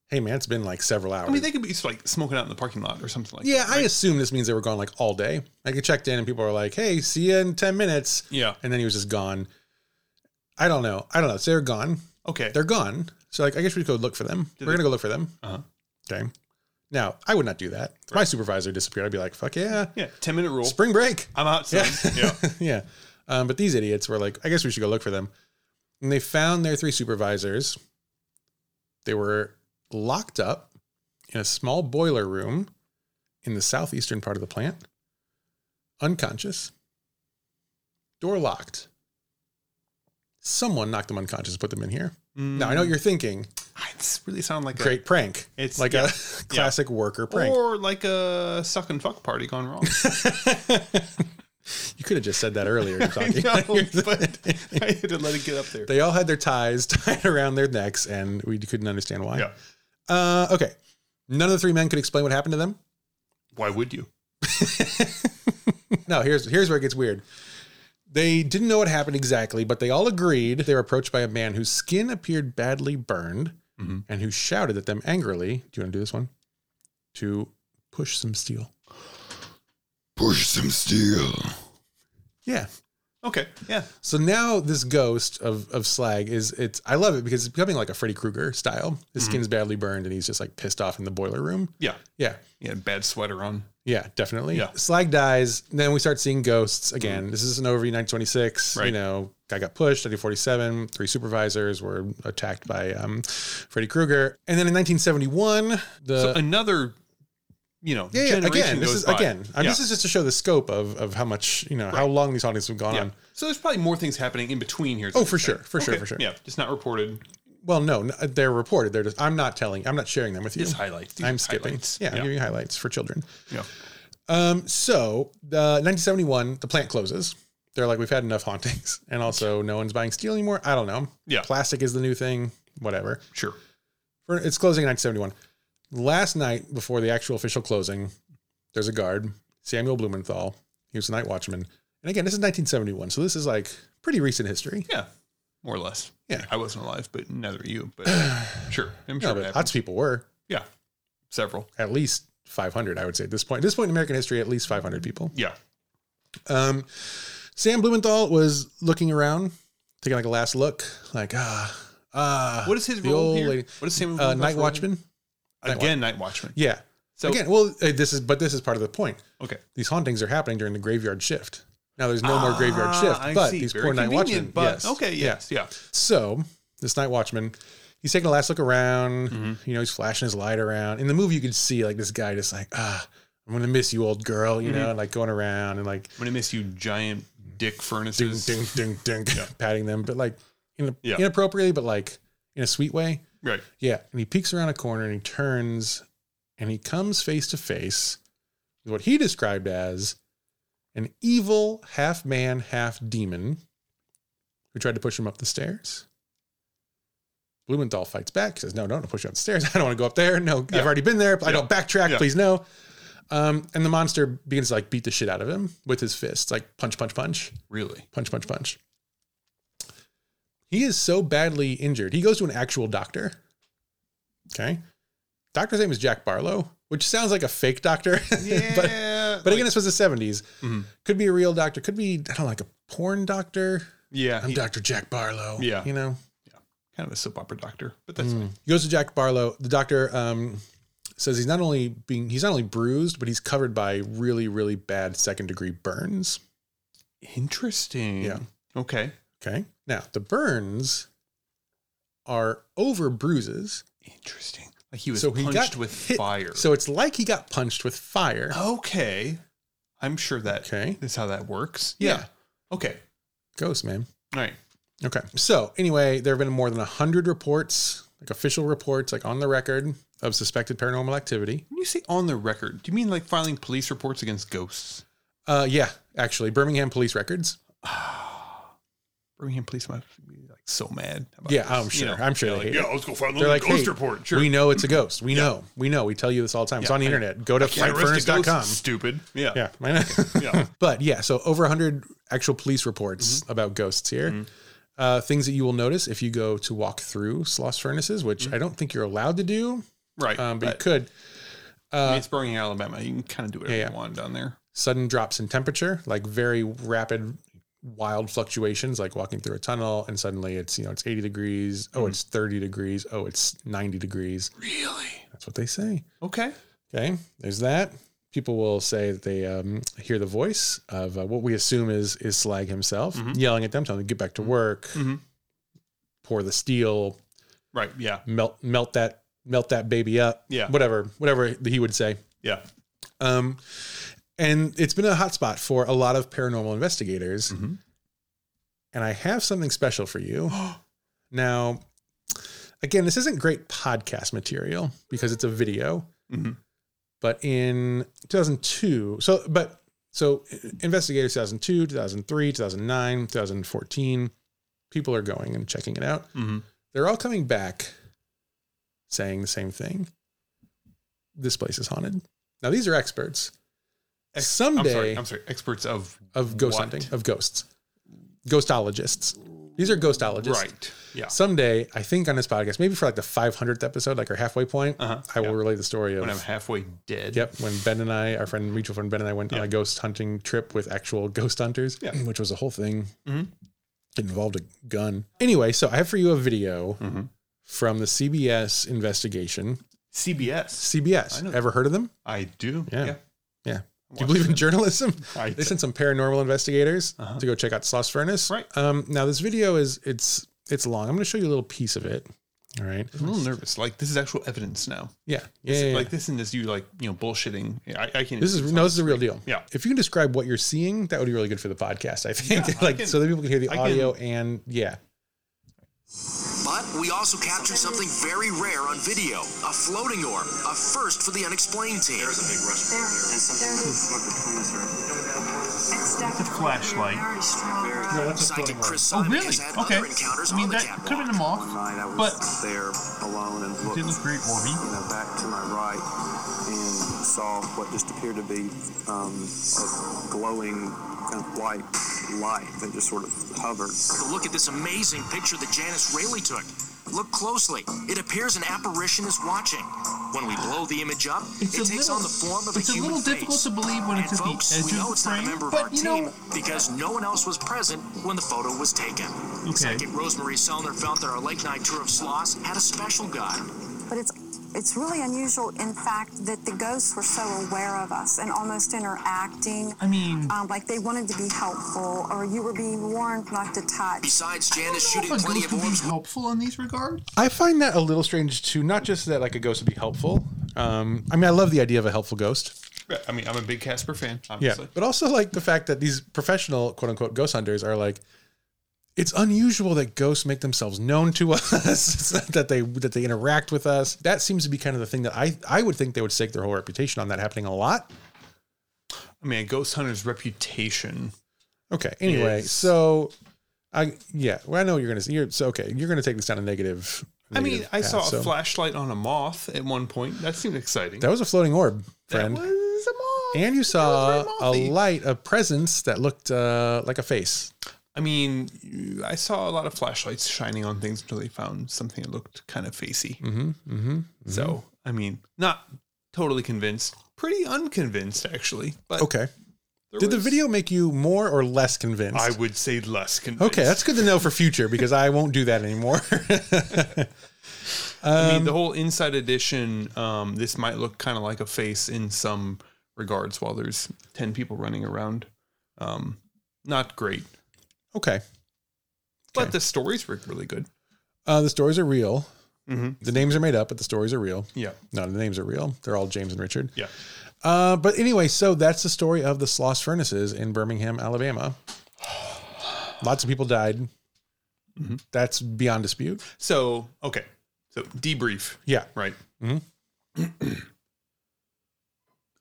Speaker 1: "Hey, man, it's been like several hours."
Speaker 2: I mean, they could be just like smoking out in the parking lot or something like.
Speaker 1: Yeah, I assume this means they were gone like all day. Like you checked in and people were like, "Hey, see you in ten minutes,"
Speaker 2: that. yeah.
Speaker 1: and then he was just gone. I don't know. I don't know. So they're gone.
Speaker 2: Okay.
Speaker 1: They're gone. So like, I guess we could go look for them.
Speaker 2: Did
Speaker 1: we're
Speaker 2: they-
Speaker 1: gonna go look for them.
Speaker 2: Uh-huh.
Speaker 1: Okay. Now I would not do that. If My supervisor disappeared. I'd be like, "Fuck yeah,
Speaker 2: yeah, ten minute rule.
Speaker 1: spring break."
Speaker 2: I'm out. Son. Yeah.
Speaker 1: yeah. Um, but these idiots were like, I guess we should go look for them. And they found their three supervisors. They were locked up in a small boiler room in the southeastern part of the plant, unconscious, door locked. Someone knocked them unconscious, put them in here. Now I know what you're thinking,
Speaker 2: It's Mm. really sound like
Speaker 1: great prank.
Speaker 2: It's-
Speaker 1: like
Speaker 2: yeah.
Speaker 1: a classic worker
Speaker 2: a
Speaker 1: prank.
Speaker 2: or like a suck and fuck party gone wrong.
Speaker 1: You could have just said that earlier. You're
Speaker 2: I
Speaker 1: talking.
Speaker 2: know, but I had to let it get up there.
Speaker 1: they all had their ties tied around their necks, and we couldn't understand why.
Speaker 2: Yeah.
Speaker 1: Uh, okay. None of the three men could explain what happened to them.
Speaker 2: Why would you?
Speaker 1: No, here's here's where it gets weird. They didn't know what happened exactly, but they all agreed they were approached by a man whose skin appeared badly burned
Speaker 2: Mhm.
Speaker 1: and who shouted at them angrily. Do you want to do this one? To push some steel.
Speaker 3: Push some steel.
Speaker 1: Yeah.
Speaker 2: Okay. Yeah.
Speaker 1: So now this ghost of of Slag is it's I love it because it's becoming like a Freddy Krueger style. His skin's badly burned and he's just like pissed off in the boiler room.
Speaker 2: Yeah.
Speaker 1: Yeah.
Speaker 2: Yeah. Bad sweater on.
Speaker 1: Yeah, definitely.
Speaker 2: Yeah. Mm.
Speaker 1: Slag dies. Then we start seeing ghosts again. This isn't over 926. You
Speaker 2: Right.
Speaker 1: know, guy got pushed, 1947. Three supervisors were attacked by um, Freddy Krueger. And then in 1971, the.
Speaker 2: so another, you know,
Speaker 1: Uh, yeah, yeah,
Speaker 2: generation
Speaker 1: again, this
Speaker 2: goes
Speaker 1: is
Speaker 2: by.
Speaker 1: again. I mean,
Speaker 2: Yeah.
Speaker 1: This is just to show the scope of of how much you know how long these audiences have gone
Speaker 2: Yeah.
Speaker 1: on.
Speaker 2: So there's probably more things happening in between here. is
Speaker 1: Oh,
Speaker 2: what
Speaker 1: for
Speaker 2: you're saying.
Speaker 1: sure, for sure,
Speaker 2: Okay.
Speaker 1: for sure.
Speaker 2: Yeah, just not reported.
Speaker 1: Well, no, n- they're reported. They're just. I'm not telling. I'm not sharing them with you.
Speaker 2: Just highlights. These
Speaker 1: I'm
Speaker 2: are
Speaker 1: skipping.
Speaker 2: highlights.
Speaker 1: Yeah, I'm
Speaker 2: Yeah.
Speaker 1: giving you highlights for children.
Speaker 2: Yeah.
Speaker 1: Um, so the 1971, the plant closes. They're like, we've had enough hauntings, and also no one's buying steel anymore. I don't know.
Speaker 2: Yeah.
Speaker 1: plastic is the new thing. Whatever.
Speaker 2: Sure.
Speaker 1: For, it's closing in 1971. Last night before the actual official closing, there's a guard, Samuel Blumenthal. He was the night watchman, and again, this is 1971, so this is like pretty recent history.
Speaker 2: Yeah. More or less.
Speaker 1: Yeah.
Speaker 2: I wasn't alive, but neither are you. But sure. I'm
Speaker 1: No,
Speaker 2: sure.
Speaker 1: but
Speaker 2: it
Speaker 1: lots
Speaker 2: happened.
Speaker 1: of people were
Speaker 2: yeah. Several.
Speaker 1: at least 500. I would say at this point, at this point in American history, at least 500 people.
Speaker 2: Yeah.
Speaker 1: Um, Sam Blumenthal was looking around, taking like a last look, like ah ah.
Speaker 2: What is his
Speaker 1: the
Speaker 2: role
Speaker 1: old
Speaker 2: here?
Speaker 1: lady-
Speaker 2: What is Samuel?
Speaker 1: uh,
Speaker 2: Blumenthal's
Speaker 1: Night
Speaker 2: role here?
Speaker 1: Watchman?
Speaker 2: Again, Night Watchman.
Speaker 1: Yeah.
Speaker 2: So
Speaker 1: Again, well, uh, this is but this is part of the point.
Speaker 2: okay.
Speaker 1: These hauntings are happening during the graveyard shift. Now there's no more graveyard
Speaker 2: Ah,
Speaker 1: shift,
Speaker 2: I
Speaker 1: but
Speaker 2: see.
Speaker 1: these
Speaker 2: Very
Speaker 1: poor night
Speaker 2: convenient,
Speaker 1: watchmen.
Speaker 2: But
Speaker 1: yes.
Speaker 2: okay, yes, yeah.
Speaker 1: So this night watchman, he's taking a last look around.
Speaker 2: Mm-hmm.
Speaker 1: You know, he's flashing his light around. In the movie, you could see like this guy just like ah, I'm gonna miss you, old girl.
Speaker 2: Mm-hmm.
Speaker 1: You know, and like going around and like
Speaker 2: I'm gonna miss you, giant dick
Speaker 1: ding
Speaker 2: furnaces.
Speaker 1: ding ding ding patting them but like in a,
Speaker 2: Yeah.
Speaker 1: inappropriately but like in a sweet way
Speaker 2: Right.
Speaker 1: yeah and he peeks around a corner and he turns and he comes face to face with what he described as an evil half man half demon who tried to push him up the stairs blumenthal fights back says no no don't push you up the stairs i don't want to go up there no
Speaker 2: Yeah.
Speaker 1: i've already been there i don't backtrack
Speaker 2: Yeah.
Speaker 1: please no um, and the monster begins to like beat the shit out of him with his fists like punch punch punch
Speaker 2: Really.
Speaker 1: punch, punch, punch. He is so badly injured. He goes to an actual doctor. Okay. Doctor's name is Jack Barlow, which sounds like a fake doctor. but but again, this was the 70s.
Speaker 2: Mhm.
Speaker 1: Could be a real doctor. Could be, I don't know, like a porn doctor.
Speaker 2: yeah,
Speaker 1: I'm
Speaker 2: he-
Speaker 1: Dr. Jack Barlow.
Speaker 2: Yeah.
Speaker 1: You know? Hmm.
Speaker 2: kind of a soap opera doctor, but that's fine.
Speaker 1: He goes to Jack Barlow. The doctor um, says he's not only being he's not only bruised, but he's covered by really, really bad second degree burns.
Speaker 2: interesting.
Speaker 1: Yeah.
Speaker 2: Okay.
Speaker 1: Okay. Now the burns are over bruises.
Speaker 2: Interesting. Like he was
Speaker 1: So he
Speaker 2: punched
Speaker 1: got
Speaker 2: with
Speaker 1: hit-
Speaker 2: fire.
Speaker 1: So it's like he got punched with fire.
Speaker 2: okay. I'm sure that
Speaker 1: Okay.
Speaker 2: is how that works.
Speaker 1: Yeah.
Speaker 2: Okay.
Speaker 1: Ghost, man.
Speaker 2: All right.
Speaker 1: Okay. So anyway, there have been more than a hundred reports, like official reports, like on the record of suspected paranormal activity.
Speaker 2: When you say on the record, do you mean like filing police reports against ghosts?
Speaker 1: Uh yeah, actually. Birmingham police records.
Speaker 2: Birmingham police must be like so mad. About
Speaker 1: Yeah,
Speaker 2: this,
Speaker 1: I'm
Speaker 2: you
Speaker 1: sure.
Speaker 2: know?
Speaker 1: I'm sure
Speaker 2: They're
Speaker 1: they
Speaker 2: like,
Speaker 1: hate it.
Speaker 2: yeah, let's go file
Speaker 1: They're
Speaker 2: another
Speaker 1: like,
Speaker 2: ghost
Speaker 1: hey,
Speaker 2: report. Sure.
Speaker 1: we know it's a ghost. We know. We know. We tell you this all the time. it's
Speaker 2: Yeah,
Speaker 1: on the
Speaker 2: I-
Speaker 1: internet. Go to
Speaker 2: Can't arrest a ghost,
Speaker 1: flightfurnace.com.
Speaker 2: Stupid. Yeah.
Speaker 1: Yeah, I know.
Speaker 2: Yeah. Mm-hmm.
Speaker 1: But yeah, so over 100 actual police reports about ghosts here. Uh, things that you will notice if you go to walk through Sloss furnaces, which I don't think you're allowed to do,
Speaker 2: Mm-hmm. Right.
Speaker 1: um, but you
Speaker 2: but
Speaker 1: could.
Speaker 2: I mean, it's Birmingham, Alabama. You can kind of do whatever
Speaker 1: yeah.
Speaker 2: you want down there.
Speaker 1: Sudden drops in temperature, like very rapid, wild fluctuations, like walking through a tunnel and suddenly it's, you know, it's 80 degrees.
Speaker 2: Mm-hmm.
Speaker 1: Oh, it's 30 degrees. Oh, it's 90 degrees.
Speaker 2: Really?
Speaker 1: That's what they say.
Speaker 2: Okay.
Speaker 1: Okay, there's that. People will say that they um, hear the voice of uh, what we assume is is Slag himself yelling at them, telling them to get back to work,
Speaker 2: Mhm.
Speaker 1: pour the steel,
Speaker 2: Right. Yeah.
Speaker 1: melt melt that melt that baby up,
Speaker 2: Yeah.
Speaker 1: whatever whatever he would say.
Speaker 2: Yeah.
Speaker 1: Um, and it's been a hot spot for a lot of paranormal investigators.
Speaker 2: Mhm.
Speaker 1: And I have something special for you. now, again, this isn't great podcast material
Speaker 2: Mm-hmm.
Speaker 1: because it's a video.
Speaker 2: Mhm.
Speaker 1: But in 2002, so, but So, Investigator 2002, 2003, 2009, 2014, people are going and checking it out.
Speaker 2: Mm-hmm.
Speaker 1: They're all coming back saying the same thing. This place is haunted. Now, these are experts.
Speaker 2: Ex- I'm
Speaker 1: Someday
Speaker 2: sorry. I'm sorry. Experts of
Speaker 1: of ghost
Speaker 2: what?
Speaker 1: hunting, of ghosts, ghostologists. These are ghostologists.
Speaker 2: right. Yeah.
Speaker 1: Someday, I think on this podcast, maybe for like the 500th episode, like our halfway point,
Speaker 2: Uh-huh.
Speaker 1: I will
Speaker 2: Yeah.
Speaker 1: relay the story of
Speaker 2: When I'm halfway dead.
Speaker 1: Yep, when Ben and I, our friend, mutual friend Ben and I, went on
Speaker 2: Yeah.
Speaker 1: a ghost hunting trip with actual ghost hunters,
Speaker 2: Yeah.
Speaker 1: which was a whole thing.
Speaker 2: Mhm.
Speaker 1: It involved a gun. Anyway, so I have for you a video
Speaker 2: Mhm.
Speaker 1: from the CBS investigation.
Speaker 2: CBS. I
Speaker 1: CBS,
Speaker 2: know.
Speaker 1: ever heard of them?
Speaker 2: I do.
Speaker 1: Yeah.
Speaker 2: I
Speaker 1: Yeah. Do you
Speaker 2: watched
Speaker 1: believe in
Speaker 2: it.
Speaker 1: journalism?
Speaker 2: I
Speaker 1: They sent some paranormal investigators
Speaker 2: Uh-huh.
Speaker 1: to go check out Sloss Furnace.
Speaker 2: Right.
Speaker 1: Um, now this video is it's it's long. I'm going to show you a little piece of it. All right.
Speaker 2: I'm a little nervous. Like this is actual evidence now.
Speaker 1: Yeah. Yeah.
Speaker 2: This is-
Speaker 1: yeah, yeah.
Speaker 2: Like this and this you like you know bullshitting. I, I can.
Speaker 1: This is no, this is a real deal.
Speaker 2: Yeah.
Speaker 1: If you can describe what you're seeing, that would be really good for the podcast. I think,
Speaker 2: Yeah, I
Speaker 1: like,
Speaker 2: can-
Speaker 1: so that people can hear the
Speaker 2: I can-
Speaker 1: audio and yeah,
Speaker 4: But we also captured something very rare on video a floating orb, a first for the unexplained team.
Speaker 5: There's a big restaurant
Speaker 6: There-
Speaker 5: there.
Speaker 6: and something there- moved
Speaker 5: between us.
Speaker 6: It's definitely
Speaker 2: flashlight.
Speaker 6: Very strong.
Speaker 4: Psychic Chris
Speaker 2: Oh
Speaker 4: Simon
Speaker 2: really?
Speaker 4: has had
Speaker 2: Okay.
Speaker 4: other encounters
Speaker 2: I mean
Speaker 4: on the
Speaker 2: that
Speaker 4: catwalk.
Speaker 2: could have been a moth.
Speaker 5: One night I was
Speaker 2: But-
Speaker 5: there alone and
Speaker 2: It
Speaker 5: looked,
Speaker 2: looked very orby.
Speaker 5: you know, back to my right and saw what just appeared to be um, a glowing kind of white light that just sort of hovered.
Speaker 4: But Look at this amazing picture that Janice Rayleigh took. Look closely. It appears an apparition is watching. When we blow the image up,
Speaker 7: It's
Speaker 4: it
Speaker 7: a
Speaker 4: takes
Speaker 7: little-
Speaker 4: on the form of
Speaker 7: it's
Speaker 4: a
Speaker 7: a
Speaker 4: human
Speaker 7: little
Speaker 4: face.
Speaker 7: difficult to believe when
Speaker 4: and
Speaker 7: it's at the
Speaker 4: folks,
Speaker 7: edge
Speaker 4: we
Speaker 7: of
Speaker 4: know
Speaker 7: the
Speaker 4: it's not a
Speaker 7: frame,
Speaker 4: member of
Speaker 7: but
Speaker 4: our
Speaker 7: you
Speaker 4: team
Speaker 7: know-
Speaker 4: because no one else was present when the photo was taken. Psychic Rosemary Sellner felt that our late night tour of Sloss had a special guide.
Speaker 8: But it's it's really unusual, in fact, that the ghosts were so aware of us and almost interacting.
Speaker 7: I mean,
Speaker 8: Um, like they wanted to be helpful, or you were being warned not to touch.
Speaker 4: Besides
Speaker 7: I don't
Speaker 4: Janice
Speaker 7: know
Speaker 4: shooting
Speaker 7: if a
Speaker 4: plenty
Speaker 7: ghost
Speaker 4: of
Speaker 7: would
Speaker 4: orbs
Speaker 7: be helpful in these regards.
Speaker 1: I find that a little strange too. Not just that, like a ghost would be helpful. Um, I mean, I love the idea of a helpful ghost.
Speaker 2: Yeah, I mean I'm a big Casper fan.
Speaker 1: Yeah,
Speaker 2: Obviously.
Speaker 1: but also like the fact that these professional quote unquote ghost hunters are like, it's unusual that ghosts make themselves known to us. it's not that they that they interact with us. That seems to be kind of the thing that I I would think they would stake their whole reputation on that happening a lot.
Speaker 2: I mean a ghost hunter's reputation.
Speaker 1: Okay. Anyway,
Speaker 2: Yes.
Speaker 1: so I yeah, well, I know you're gonna you're so okay. You're gonna take this down a negative.
Speaker 2: I mean
Speaker 1: negative
Speaker 2: I
Speaker 1: path,
Speaker 2: saw
Speaker 1: so-
Speaker 2: a flashlight on a moth at one point. That seemed exciting.
Speaker 1: That was a floating orb,
Speaker 2: That
Speaker 1: friend.
Speaker 2: was a moth.
Speaker 1: and you
Speaker 2: That was
Speaker 1: saw
Speaker 2: very
Speaker 1: a
Speaker 2: mothy.
Speaker 1: light, a presence that looked uh, like a face.
Speaker 2: I mean, you- I saw a lot of flashlights shining on things until they found something that looked kind of facey.
Speaker 1: Mm-hmm. Mm-hmm.
Speaker 2: So, I mean, not totally convinced, pretty unconvinced actually. But
Speaker 1: Okay.
Speaker 2: there
Speaker 1: Did the
Speaker 2: was-
Speaker 1: video make you more or less convinced?
Speaker 2: I would say less convinced.
Speaker 1: okay, that's good to know for future because I won't do that anymore.
Speaker 2: I mean, the whole Inside Edition. Um, this might look kind of like a face in some regards, while there's ten people running around. Um, not great,
Speaker 1: okay.
Speaker 2: but the stories were really good.
Speaker 1: Uh, the stories are real.
Speaker 2: Mhm.
Speaker 1: The names are made up, but the stories are real.
Speaker 2: Yeah,
Speaker 1: No, the names are real. They're all James and Richard.
Speaker 2: yeah.
Speaker 1: Uh, but anyway, so that's the story of the Sloss furnaces in Birmingham, Alabama. Lots of people died.
Speaker 2: Mm-hmm.
Speaker 1: That's beyond dispute.
Speaker 2: So okay, so debrief.
Speaker 1: Yeah.
Speaker 2: Right.
Speaker 1: Mhm.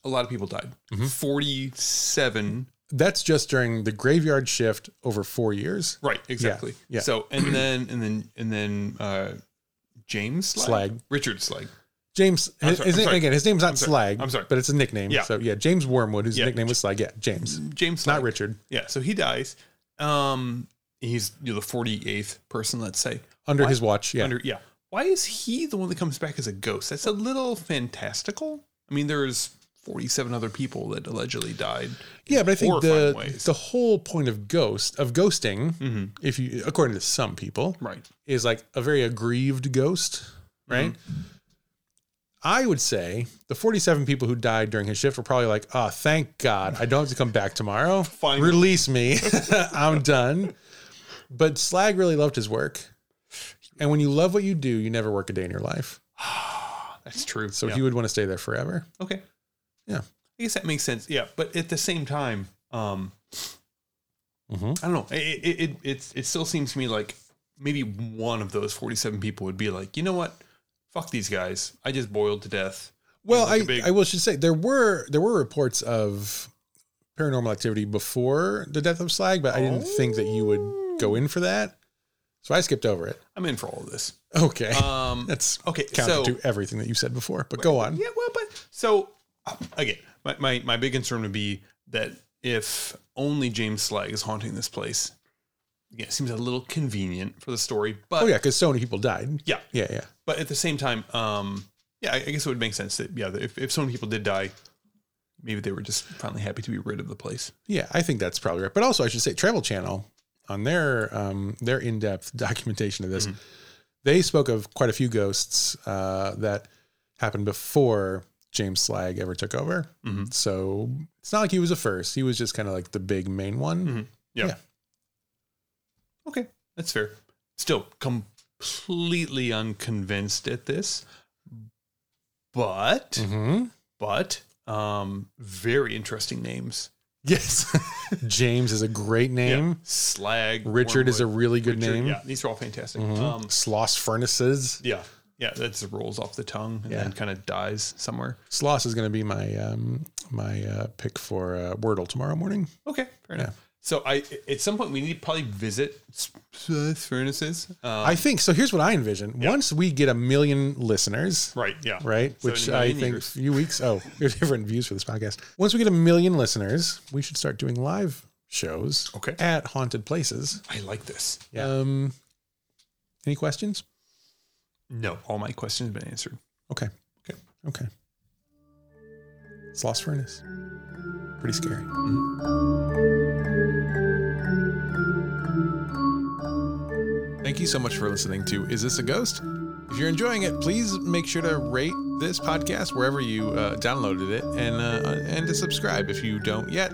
Speaker 2: a lot of people died. Forty-seven.
Speaker 1: That's just during the graveyard shift over four years.
Speaker 2: Right. Exactly.
Speaker 1: yeah.
Speaker 2: So and then and then and then uh, James
Speaker 1: Slag.
Speaker 2: Richard Slag.
Speaker 1: James,
Speaker 2: I'm
Speaker 1: his,
Speaker 2: sorry,
Speaker 1: his
Speaker 2: I'm
Speaker 1: name,
Speaker 2: sorry.
Speaker 1: again, his name's not
Speaker 2: sorry,
Speaker 1: Slag.
Speaker 2: I'm sorry.
Speaker 1: But it's a nickname.
Speaker 2: Yeah.
Speaker 1: So yeah, James Wormwood, whose
Speaker 2: Yeah.
Speaker 1: nickname was Slag. Yeah, James.
Speaker 2: James Slag.
Speaker 1: Not Richard.
Speaker 2: Yeah, so he dies. Um, he's you know, the forty eighth person, let's say.
Speaker 1: Under
Speaker 2: Why-
Speaker 1: his watch. Yeah.
Speaker 2: Under yeah. Why is he the one that comes back as a ghost? That's a little fantastical. I mean, there's forty seven other people that allegedly died. in
Speaker 1: yeah, but I think the
Speaker 2: horrifying ways. Mm-hmm.
Speaker 1: the whole point of ghost of ghosting, if you according to some people,
Speaker 2: right.
Speaker 1: is like a very aggrieved ghost, right?
Speaker 2: Mm-hmm.
Speaker 1: I would say the 47 people who died during his shift were probably like, oh, thank God, I don't have to come back tomorrow.
Speaker 2: Finally.
Speaker 1: Release me. I'm done. But Slag really loved his work. And when you love what you do, you never work a day in your life.
Speaker 2: Ah, That's true.
Speaker 1: So
Speaker 2: yeah.
Speaker 1: he would want to stay there forever.
Speaker 2: Okay.
Speaker 1: Yeah.
Speaker 2: I guess that makes sense. Yeah, but at the same time, um,
Speaker 1: Mm-hmm.
Speaker 2: I don't know. It it, it it's it still seems to me like maybe one of those forty seven people would be like, you know what, fuck these guys. I just boiled to death.
Speaker 1: Well,
Speaker 2: Like
Speaker 1: I,
Speaker 2: a big-
Speaker 1: I will should say there were there were reports of paranormal activity before the death of Slag, but I didn't think that you would go in for that. So I skipped over it.
Speaker 2: I'm in for all of this.
Speaker 1: Okay.
Speaker 2: Um,
Speaker 1: That's
Speaker 2: okay,
Speaker 1: counter
Speaker 2: so-
Speaker 1: to everything that you said before, but go on.
Speaker 2: Yeah, well, but so uh, again, my, my, my big concern would be that if only James Slag is haunting this place, again, it seems a little convenient for the story, but
Speaker 1: Oh, yeah, because so many people died.
Speaker 2: yeah,
Speaker 1: Yeah, yeah.
Speaker 2: but at the same time, um, yeah, I, I guess it would make sense that yeah, that if, if so many people did die, maybe they were just finally happy to be rid of the place.
Speaker 1: Yeah, I think that's probably right. But also, I should say, Travel Channel on their um, their in depth documentation of this,
Speaker 2: Mm-hmm.
Speaker 1: they spoke of quite a few ghosts uh, that happened before James Slag ever took over.
Speaker 2: Mm-hmm.
Speaker 1: So it's not like he was the first; he was just kind of like the big main one.
Speaker 2: Yeah.
Speaker 1: Yeah.
Speaker 2: Okay, that's fair. Still completely unconvinced at this,
Speaker 1: Mm-hmm.
Speaker 2: but but um, very interesting names.
Speaker 1: Yes, James is a great
Speaker 2: Yeah.
Speaker 1: name.
Speaker 2: Slag.
Speaker 1: Richard is a
Speaker 2: Wormwood,
Speaker 1: really good
Speaker 2: Richard,
Speaker 1: name. Mm-hmm.
Speaker 2: Yeah, these are all fantastic. Um,
Speaker 1: Sloss Furnaces.
Speaker 2: yeah, yeah, that just rolls off the tongue and
Speaker 1: Yeah.
Speaker 2: then kind of dies somewhere.
Speaker 1: Sloss is going to be my um, my uh, pick for uh, Wordle tomorrow morning.
Speaker 2: Okay, fair enough. So I at some point we need to probably visit Sloth furnaces. Um,
Speaker 1: I think so. Here's what I envision: once we get a million listeners,
Speaker 2: right, yeah,
Speaker 1: right?
Speaker 2: So
Speaker 1: Which
Speaker 2: in a
Speaker 1: I
Speaker 2: million
Speaker 1: think
Speaker 2: years.
Speaker 1: few weeks. Oh, there's different views for this podcast. Once we get a million listeners, we should start doing live shows.
Speaker 2: Okay.
Speaker 1: At haunted places.
Speaker 2: I like this.
Speaker 1: Yeah. Um, any questions?
Speaker 2: No, all my questions have been answered.
Speaker 1: Okay.
Speaker 2: Okay.
Speaker 1: Okay. It's Lost Furnace. Pretty scary. Mm-hmm. Thank you so much for listening to Is This a Ghost? If you're enjoying it, please make sure to rate this podcast wherever you uh, downloaded it and uh, and to subscribe if you don't yet.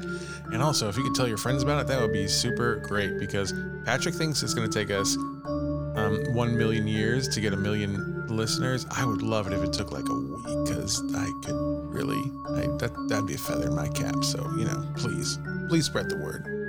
Speaker 1: And also, if you could tell your friends about it, that would be super great because Patrick thinks it's going to take us um, 1 million years to get a million listeners. I would love it if it took like a week because I could really, I, that, that'd be a feather in my cap. So, you know, please, please spread the word.